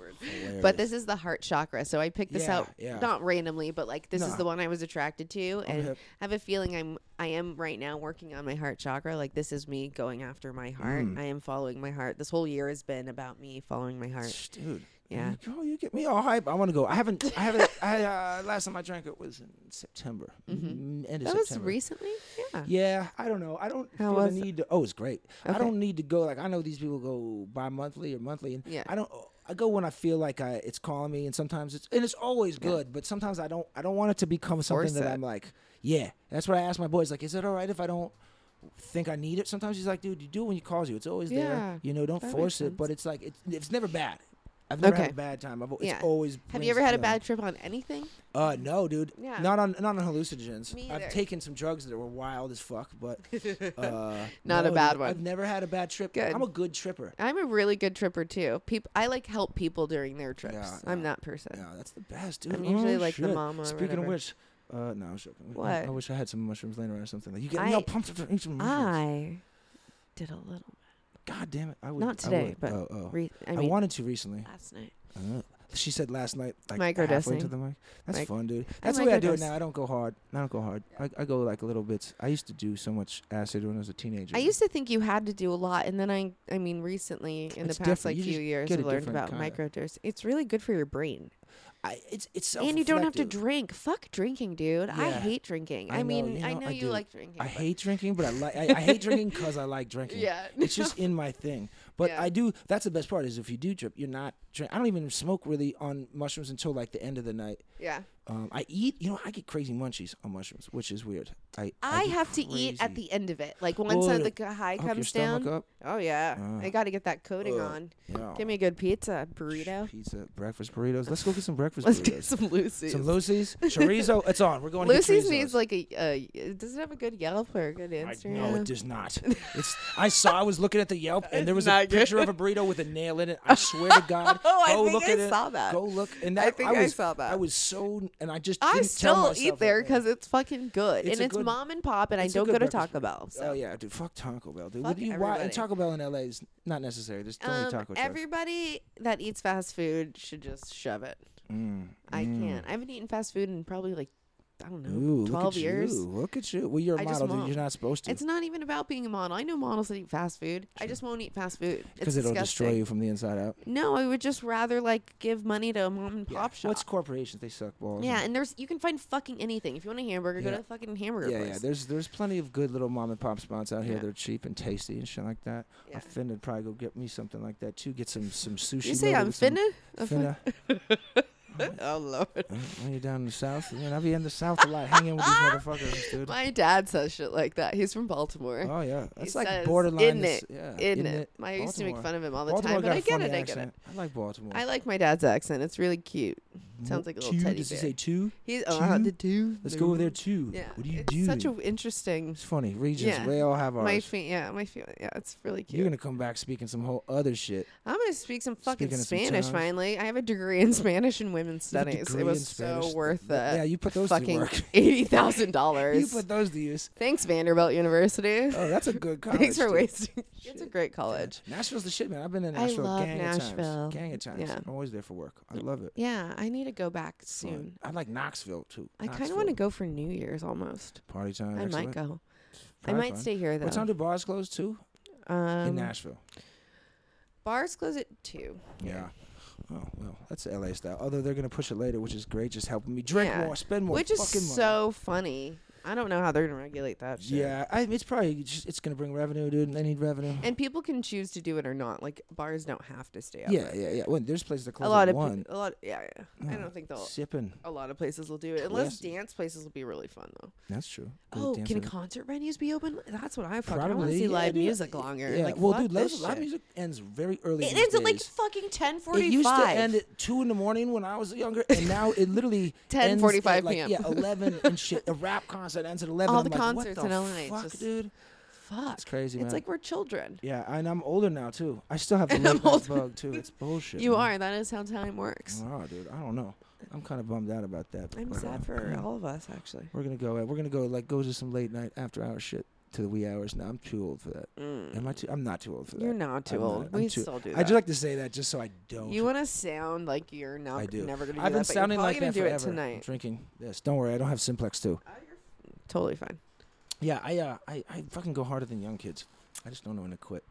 Speaker 2: But this is the heart chakra. So I picked this
Speaker 3: Yeah,
Speaker 2: out
Speaker 3: yeah.
Speaker 2: not randomly, but like this is
Speaker 3: Nah.
Speaker 2: the one I was attracted to, and
Speaker 3: hip.
Speaker 2: I have a feeling I'm I am right now working on my heart chakra. Like this is me going after my heart.
Speaker 3: Mm.
Speaker 2: I am following my heart. This whole year has been about me following my heart.
Speaker 3: dude.
Speaker 2: Yeah.
Speaker 3: You, oh, you get me all hype. I want to go. I haven't. I haven't. I uh, last time I drank it was in September. Mm-hmm. End of
Speaker 2: That was
Speaker 3: September.
Speaker 2: recently. Yeah.
Speaker 3: Yeah, I don't know. I don't
Speaker 2: How
Speaker 3: feel
Speaker 2: was
Speaker 3: the
Speaker 2: it?
Speaker 3: need to. Oh, it's great. I
Speaker 2: Okay.
Speaker 3: don't need to go. Like I know these people go bi-monthly or monthly, and
Speaker 2: Yeah.
Speaker 3: I don't. I go when I feel like I it's calling me, and sometimes it's and it's always good, but sometimes I don't. I don't want it to become something
Speaker 2: Force
Speaker 3: that
Speaker 2: it.
Speaker 3: I'm like, yeah. That's what I ask my boys. Like, is it all right if I don't? Think I need it. Sometimes he's like, dude, you do it when he calls you. It's always
Speaker 2: Yeah,
Speaker 3: there. You know, don't
Speaker 2: that
Speaker 3: force
Speaker 2: makes
Speaker 3: it.
Speaker 2: sense.
Speaker 3: But it's like it's, it's never bad. I've never had
Speaker 2: Okay.
Speaker 3: a bad time. I've, it's
Speaker 2: Yeah.
Speaker 3: always.
Speaker 2: Have
Speaker 3: brings
Speaker 2: you ever had a
Speaker 3: feeling.
Speaker 2: bad trip on anything?
Speaker 3: Uh, no, dude.
Speaker 2: Yeah.
Speaker 3: Not on not on hallucinogens.
Speaker 2: Me
Speaker 3: I've
Speaker 2: either.
Speaker 3: taken some drugs that were wild as fuck, but
Speaker 2: *laughs*
Speaker 3: uh,
Speaker 2: Not
Speaker 3: no,
Speaker 2: a bad
Speaker 3: dude, I've
Speaker 2: one.
Speaker 3: never had a bad trip.
Speaker 2: Good.
Speaker 3: I'm a good tripper.
Speaker 2: I'm a really good tripper too. People, I like help people during their trips.
Speaker 3: Yeah,
Speaker 2: I'm
Speaker 3: yeah,
Speaker 2: that person.
Speaker 3: Yeah, that's the best, dude.
Speaker 2: I'm usually
Speaker 3: Oh,
Speaker 2: like the
Speaker 3: shit.
Speaker 2: mama or
Speaker 3: Speaking of
Speaker 2: whatever.
Speaker 3: which, uh, no, I'm joking. I- I,
Speaker 2: What?
Speaker 3: wish I had some mushrooms laying around or something. Like, you get me all
Speaker 2: I-
Speaker 3: pumped up to eat some mushrooms.
Speaker 2: I did a little.
Speaker 3: God damn it! I would
Speaker 2: Not
Speaker 3: I
Speaker 2: today,
Speaker 3: would.
Speaker 2: but
Speaker 3: oh, oh.
Speaker 2: Re- I
Speaker 3: I,
Speaker 2: mean,
Speaker 3: wanted to recently.
Speaker 2: last night.
Speaker 3: Uh, she said last night, like halfway
Speaker 2: Microdosing.
Speaker 3: to the mic. That's
Speaker 2: Mic-
Speaker 3: fun, dude.
Speaker 2: I
Speaker 3: That's the way I do it
Speaker 2: microdose.
Speaker 3: now. I don't go hard. I don't go hard. I, I go like little bits. I used to do so much acid when I was a teenager.
Speaker 2: I used to think you had to do a lot, and then I, I mean, recently in
Speaker 3: It's
Speaker 2: the past
Speaker 3: different.
Speaker 2: like
Speaker 3: You
Speaker 2: few
Speaker 3: just
Speaker 2: years,
Speaker 3: get
Speaker 2: I've
Speaker 3: a
Speaker 2: learned
Speaker 3: different
Speaker 2: about
Speaker 3: kinda-
Speaker 2: microdose. It's really good for your brain,
Speaker 3: I, it's it's
Speaker 2: and you don't have to
Speaker 3: self-reflective.
Speaker 2: drink. Fuck drinking, dude. I
Speaker 3: Yeah.
Speaker 2: hate drinking.
Speaker 3: I
Speaker 2: I,
Speaker 3: know,
Speaker 2: mean,
Speaker 3: you
Speaker 2: I
Speaker 3: know,
Speaker 2: know
Speaker 3: I
Speaker 2: you
Speaker 3: do.
Speaker 2: like drinking.
Speaker 3: I
Speaker 2: but-
Speaker 3: hate drinking, but I like I, I hate drinking because I like drinking.
Speaker 2: Yeah. *laughs*
Speaker 3: *laughs* it's just in my thing. But
Speaker 2: Yeah.
Speaker 3: I do. That's the best part is if you do drip, you're not. Drink, I don't even smoke really on mushrooms until like the end of the night.
Speaker 2: Yeah.
Speaker 3: Um, I eat. You know, I get crazy munchies on mushrooms, which is weird. I
Speaker 2: I,
Speaker 3: get
Speaker 2: have to eat
Speaker 3: crazy-
Speaker 2: at the end of it. Like once uh,
Speaker 3: Oh,
Speaker 2: the g- high
Speaker 3: Fuck your
Speaker 2: comes
Speaker 3: stomach
Speaker 2: down.
Speaker 3: up.
Speaker 2: Oh yeah,
Speaker 3: Ah.
Speaker 2: I got to get that coating
Speaker 3: Ugh.
Speaker 2: on.
Speaker 3: Yeah.
Speaker 2: Give me a good pizza burrito.
Speaker 3: pizza, breakfast burritos. Let's go get some breakfast
Speaker 2: *laughs* Let's
Speaker 3: burritos.
Speaker 2: get some Lucy's.
Speaker 3: Some
Speaker 2: *laughs*
Speaker 3: Lucy's, chorizo. It's on. We're going. to
Speaker 2: Lucy's
Speaker 3: get
Speaker 2: needs
Speaker 3: chorizos.
Speaker 2: like a. Uh, does it have a good Yelp or a good
Speaker 3: I-
Speaker 2: Instagram?
Speaker 3: no, it does not.
Speaker 2: *laughs*
Speaker 3: It's. I saw. I was looking at the Yelp, and there was a
Speaker 2: not good.
Speaker 3: picture of a burrito with a nail in it. I swear to God.
Speaker 2: *laughs* Oh, I
Speaker 3: go
Speaker 2: think
Speaker 3: look
Speaker 2: I
Speaker 3: at it.
Speaker 2: saw that.
Speaker 3: Go look. And
Speaker 2: I
Speaker 3: that,
Speaker 2: think I
Speaker 3: was,
Speaker 2: saw that.
Speaker 3: I was so, and I just.
Speaker 2: I
Speaker 3: didn't tell
Speaker 2: still
Speaker 3: myself
Speaker 2: eat
Speaker 3: that
Speaker 2: there
Speaker 3: day.
Speaker 2: because it's fucking good,
Speaker 3: It's
Speaker 2: and
Speaker 3: a
Speaker 2: it's
Speaker 3: good-
Speaker 2: mom and pop, and I
Speaker 3: it's a
Speaker 2: don't
Speaker 3: good
Speaker 2: go to
Speaker 3: breakfast
Speaker 2: Taco Bell. So.
Speaker 3: Oh yeah, dude. Fuck Taco Bell, dude.
Speaker 2: Fuck
Speaker 3: Would you, why, and
Speaker 2: everybody.
Speaker 3: Taco Bell in LA is not necessary. There's too many
Speaker 2: Um,
Speaker 3: taco trucks.
Speaker 2: everybody that eats fast food should just shove it.
Speaker 3: Mm,
Speaker 2: I
Speaker 3: mm.
Speaker 2: can't. I haven't eaten fast food in probably like I don't know,
Speaker 3: Ooh, look
Speaker 2: twelve
Speaker 3: at
Speaker 2: years.
Speaker 3: You. Look at you. Well, you're a
Speaker 2: I just
Speaker 3: model, dude.
Speaker 2: won't.
Speaker 3: You're not supposed to.
Speaker 2: It's not even about being a model. I know models that eat fast food. I just won't eat fast food. It's
Speaker 3: Because it'll destroy
Speaker 2: disgusting.
Speaker 3: you from the inside out.
Speaker 2: No, I would just rather like give money to a mom and pop shop.
Speaker 3: What's corporations? They suck balls.
Speaker 2: yeah,
Speaker 3: and-
Speaker 2: and there's you can find fucking anything. If you want a hamburger, go
Speaker 3: Yeah.
Speaker 2: to the fucking hamburger
Speaker 3: yeah,
Speaker 2: place.
Speaker 3: yeah. There's there's plenty of good little mom and pop spots out here.
Speaker 2: Yeah.
Speaker 3: They're cheap and tasty and shit like that. I'm
Speaker 2: Yeah.
Speaker 3: finna probably go get me something like that too. Get some some sushi.
Speaker 2: you say
Speaker 3: loaded
Speaker 2: I'm
Speaker 3: with some *laughs*
Speaker 2: finna? I'm
Speaker 3: Finna.
Speaker 2: *laughs* oh lord.
Speaker 3: Uh, when you're down in the south, man, I be in the south a lot, hanging
Speaker 2: *laughs*
Speaker 3: with these motherfuckers, dude.
Speaker 2: My dad says shit like that. He's from Baltimore.
Speaker 3: oh yeah, that's
Speaker 2: he
Speaker 3: like
Speaker 2: says,
Speaker 3: borderline.
Speaker 2: "Isn't
Speaker 3: this-
Speaker 2: it?
Speaker 3: yeah,
Speaker 2: in
Speaker 3: isn't
Speaker 2: it. I used to make
Speaker 3: Baltimore.
Speaker 2: fun of him all the
Speaker 3: Baltimore
Speaker 2: time, but
Speaker 3: got
Speaker 2: I
Speaker 3: a
Speaker 2: get
Speaker 3: funny
Speaker 2: it. I get it.
Speaker 3: accent. I like Baltimore.
Speaker 2: I like my dad's accent. It's really cute. Sounds like a little
Speaker 3: two?
Speaker 2: teddy
Speaker 3: Does he
Speaker 2: bear.
Speaker 3: say two?
Speaker 2: He's oh,
Speaker 3: two?
Speaker 2: the two.
Speaker 3: Let's go over there too.
Speaker 2: Yeah.
Speaker 3: What do you
Speaker 2: it's
Speaker 3: do?
Speaker 2: Such an interesting.
Speaker 3: it's funny. Regions,
Speaker 2: Yeah.
Speaker 3: we all have ours.
Speaker 2: My feet. Yeah, my feet. Yeah, it's really cute.
Speaker 3: You're gonna come back speaking some whole other shit.
Speaker 2: I'm gonna speak some fucking
Speaker 3: Speaking of some
Speaker 2: Spanish
Speaker 3: tongues.
Speaker 2: finally. I have a degree in Spanish and women's
Speaker 3: You have a
Speaker 2: studies.
Speaker 3: degree
Speaker 2: It
Speaker 3: in
Speaker 2: was
Speaker 3: Spanish.
Speaker 2: so worth it.
Speaker 3: Yeah, you put those to
Speaker 2: fucking
Speaker 3: work.
Speaker 2: *laughs* eighty
Speaker 3: *laughs*
Speaker 2: thousand
Speaker 3: You
Speaker 2: dollars.
Speaker 3: put those to use.
Speaker 2: Thanks Vanderbilt University.
Speaker 3: Oh, that's a good college.
Speaker 2: *laughs* Thanks for
Speaker 3: dude.
Speaker 2: wasting. It's a great college.
Speaker 3: Nashville's the shit, man. I've been in
Speaker 2: I
Speaker 3: Nashville
Speaker 2: love
Speaker 3: gang of
Speaker 2: Nashville.
Speaker 3: times. Gang of times.
Speaker 2: Yeah.
Speaker 3: I'm always there for work. I love it.
Speaker 2: Yeah, I need to go back
Speaker 3: Fun.
Speaker 2: soon.
Speaker 3: I like Knoxville too.
Speaker 2: I kind of
Speaker 3: Knoxville.
Speaker 2: want to go for New Year's almost.
Speaker 3: Party time.
Speaker 2: I might
Speaker 3: excellent.
Speaker 2: go. I
Speaker 3: Probably
Speaker 2: might
Speaker 3: fun.
Speaker 2: stay here though.
Speaker 3: What time do bars close too? in
Speaker 2: Um,
Speaker 3: Nashville.
Speaker 2: bars close at two.
Speaker 3: Yeah. Oh well, that's LA style. Although they're gonna push it later, which is great. Just helping me drink
Speaker 2: Yeah.
Speaker 3: more, spend more,
Speaker 2: Which is
Speaker 3: fucking money.
Speaker 2: so funny. I don't know how they're gonna regulate that. Shit.
Speaker 3: Yeah, I, it's probably just, it's gonna bring revenue, dude. And they need revenue.
Speaker 2: And people can choose to do it or not. Like bars don't have to stay open.
Speaker 3: yeah, yeah, yeah. Well, there's places that close
Speaker 2: a lot
Speaker 3: at
Speaker 2: of pe-
Speaker 3: one.
Speaker 2: a lot. Yeah, yeah. I don't think they'll.
Speaker 3: sipping.
Speaker 2: A lot of places will do it, unless
Speaker 3: Yes.
Speaker 2: dance places will be really fun though.
Speaker 3: That's true. Go
Speaker 2: oh,
Speaker 3: dance
Speaker 2: can
Speaker 3: at a-
Speaker 2: concert venues be open? That's what I fucking. I want to
Speaker 3: Probably
Speaker 2: see
Speaker 3: yeah,
Speaker 2: live
Speaker 3: dude.
Speaker 2: music longer.
Speaker 3: Yeah,
Speaker 2: Like,
Speaker 3: well,
Speaker 2: fuck
Speaker 3: dude, live,
Speaker 2: this
Speaker 3: live
Speaker 2: shit.
Speaker 3: music ends very early.
Speaker 2: It
Speaker 3: these
Speaker 2: ends at like
Speaker 3: days.
Speaker 2: fucking ten
Speaker 3: It
Speaker 2: forty-five.
Speaker 3: used to end at two in the morning when I was younger,
Speaker 2: *laughs*
Speaker 3: and now it literally
Speaker 2: 10:45
Speaker 3: ends at, like,
Speaker 2: p.m.. *laughs*
Speaker 3: Yeah, eleven and shit. A rap concert ends at eleven.
Speaker 2: All
Speaker 3: I'm
Speaker 2: the
Speaker 3: like,
Speaker 2: concerts
Speaker 3: what
Speaker 2: in
Speaker 3: the
Speaker 2: LA, it's
Speaker 3: fuck,
Speaker 2: just-
Speaker 3: dude.
Speaker 2: fuck.
Speaker 3: It's crazy,
Speaker 2: It's
Speaker 3: man.
Speaker 2: like we're children.
Speaker 3: Yeah, and I'm older now too. I
Speaker 2: *laughs*
Speaker 3: still have the
Speaker 2: And I'm
Speaker 3: late night
Speaker 2: older.
Speaker 3: bug too. It's bullshit.
Speaker 2: You
Speaker 3: man.
Speaker 2: are. That is how time works.
Speaker 3: Wow, dude. I don't know. I'm kind of bummed out about that.
Speaker 2: I'm
Speaker 3: but, uh,
Speaker 2: sad for
Speaker 3: yeah.
Speaker 2: all of us, actually.
Speaker 3: We're gonna go. uh, We're gonna go like go to some late night after hour shit to the wee hours. Now I'm too old for that.
Speaker 2: Mm.
Speaker 3: Am I too? I'm not too old for that.
Speaker 2: You're not too
Speaker 3: I'm
Speaker 2: old.
Speaker 3: I'm
Speaker 2: we
Speaker 3: too-
Speaker 2: still do that.
Speaker 3: I just like to say that just so I don't.
Speaker 2: you want to sound like you're not.
Speaker 3: I do.
Speaker 2: Never gonna do
Speaker 3: I've been
Speaker 2: that. but
Speaker 3: sounding
Speaker 2: you're
Speaker 3: like
Speaker 2: probably
Speaker 3: that
Speaker 2: gonna do
Speaker 3: forever.
Speaker 2: it
Speaker 3: I'm
Speaker 2: tonight.
Speaker 3: drinking this. Don't worry, I don't have Simplex too.
Speaker 2: Totally fine.
Speaker 3: Yeah, I uh, I, I fucking go harder than young kids. I just don't know when to quit.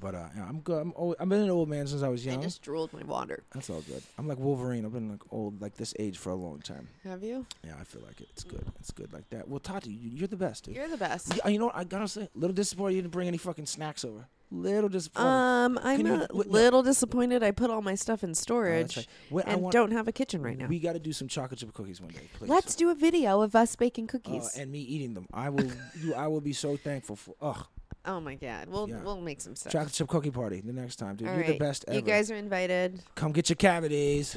Speaker 3: But uh, yeah, I'm good. I'm old. I've been an old man since I was
Speaker 2: I
Speaker 3: young.
Speaker 2: just drooled my water.
Speaker 3: That's all good. I'm like Wolverine. I've been like old, like this age for a long time.
Speaker 2: Have you?
Speaker 3: Yeah, I feel like it. It's good. It's good like that. Well, Tati, you- you're the best, dude.
Speaker 2: You're the best.
Speaker 3: Yeah, you know what? I gotta say, little disappointed you didn't bring any fucking snacks over. Little disappointed.
Speaker 2: Um, I'm
Speaker 3: you-
Speaker 2: a
Speaker 3: wait, no.
Speaker 2: little disappointed. I put all my stuff in
Speaker 3: Oh, that's
Speaker 2: storage
Speaker 3: right. Wait,
Speaker 2: and don't have a kitchen right now.
Speaker 3: We gotta do some chocolate chip cookies one day, please.
Speaker 2: Let's do a video of us baking
Speaker 3: Uh,
Speaker 2: cookies.
Speaker 3: and me eating them. I will. you, I will be so thankful for. Ugh,
Speaker 2: oh my god, we'll
Speaker 3: Yeah.
Speaker 2: we'll make some stuff.
Speaker 3: chocolate chip cookie party the next time, dude.
Speaker 2: All
Speaker 3: you're the
Speaker 2: right.
Speaker 3: best ever.
Speaker 2: You guys are invited.
Speaker 3: Come get your cavities.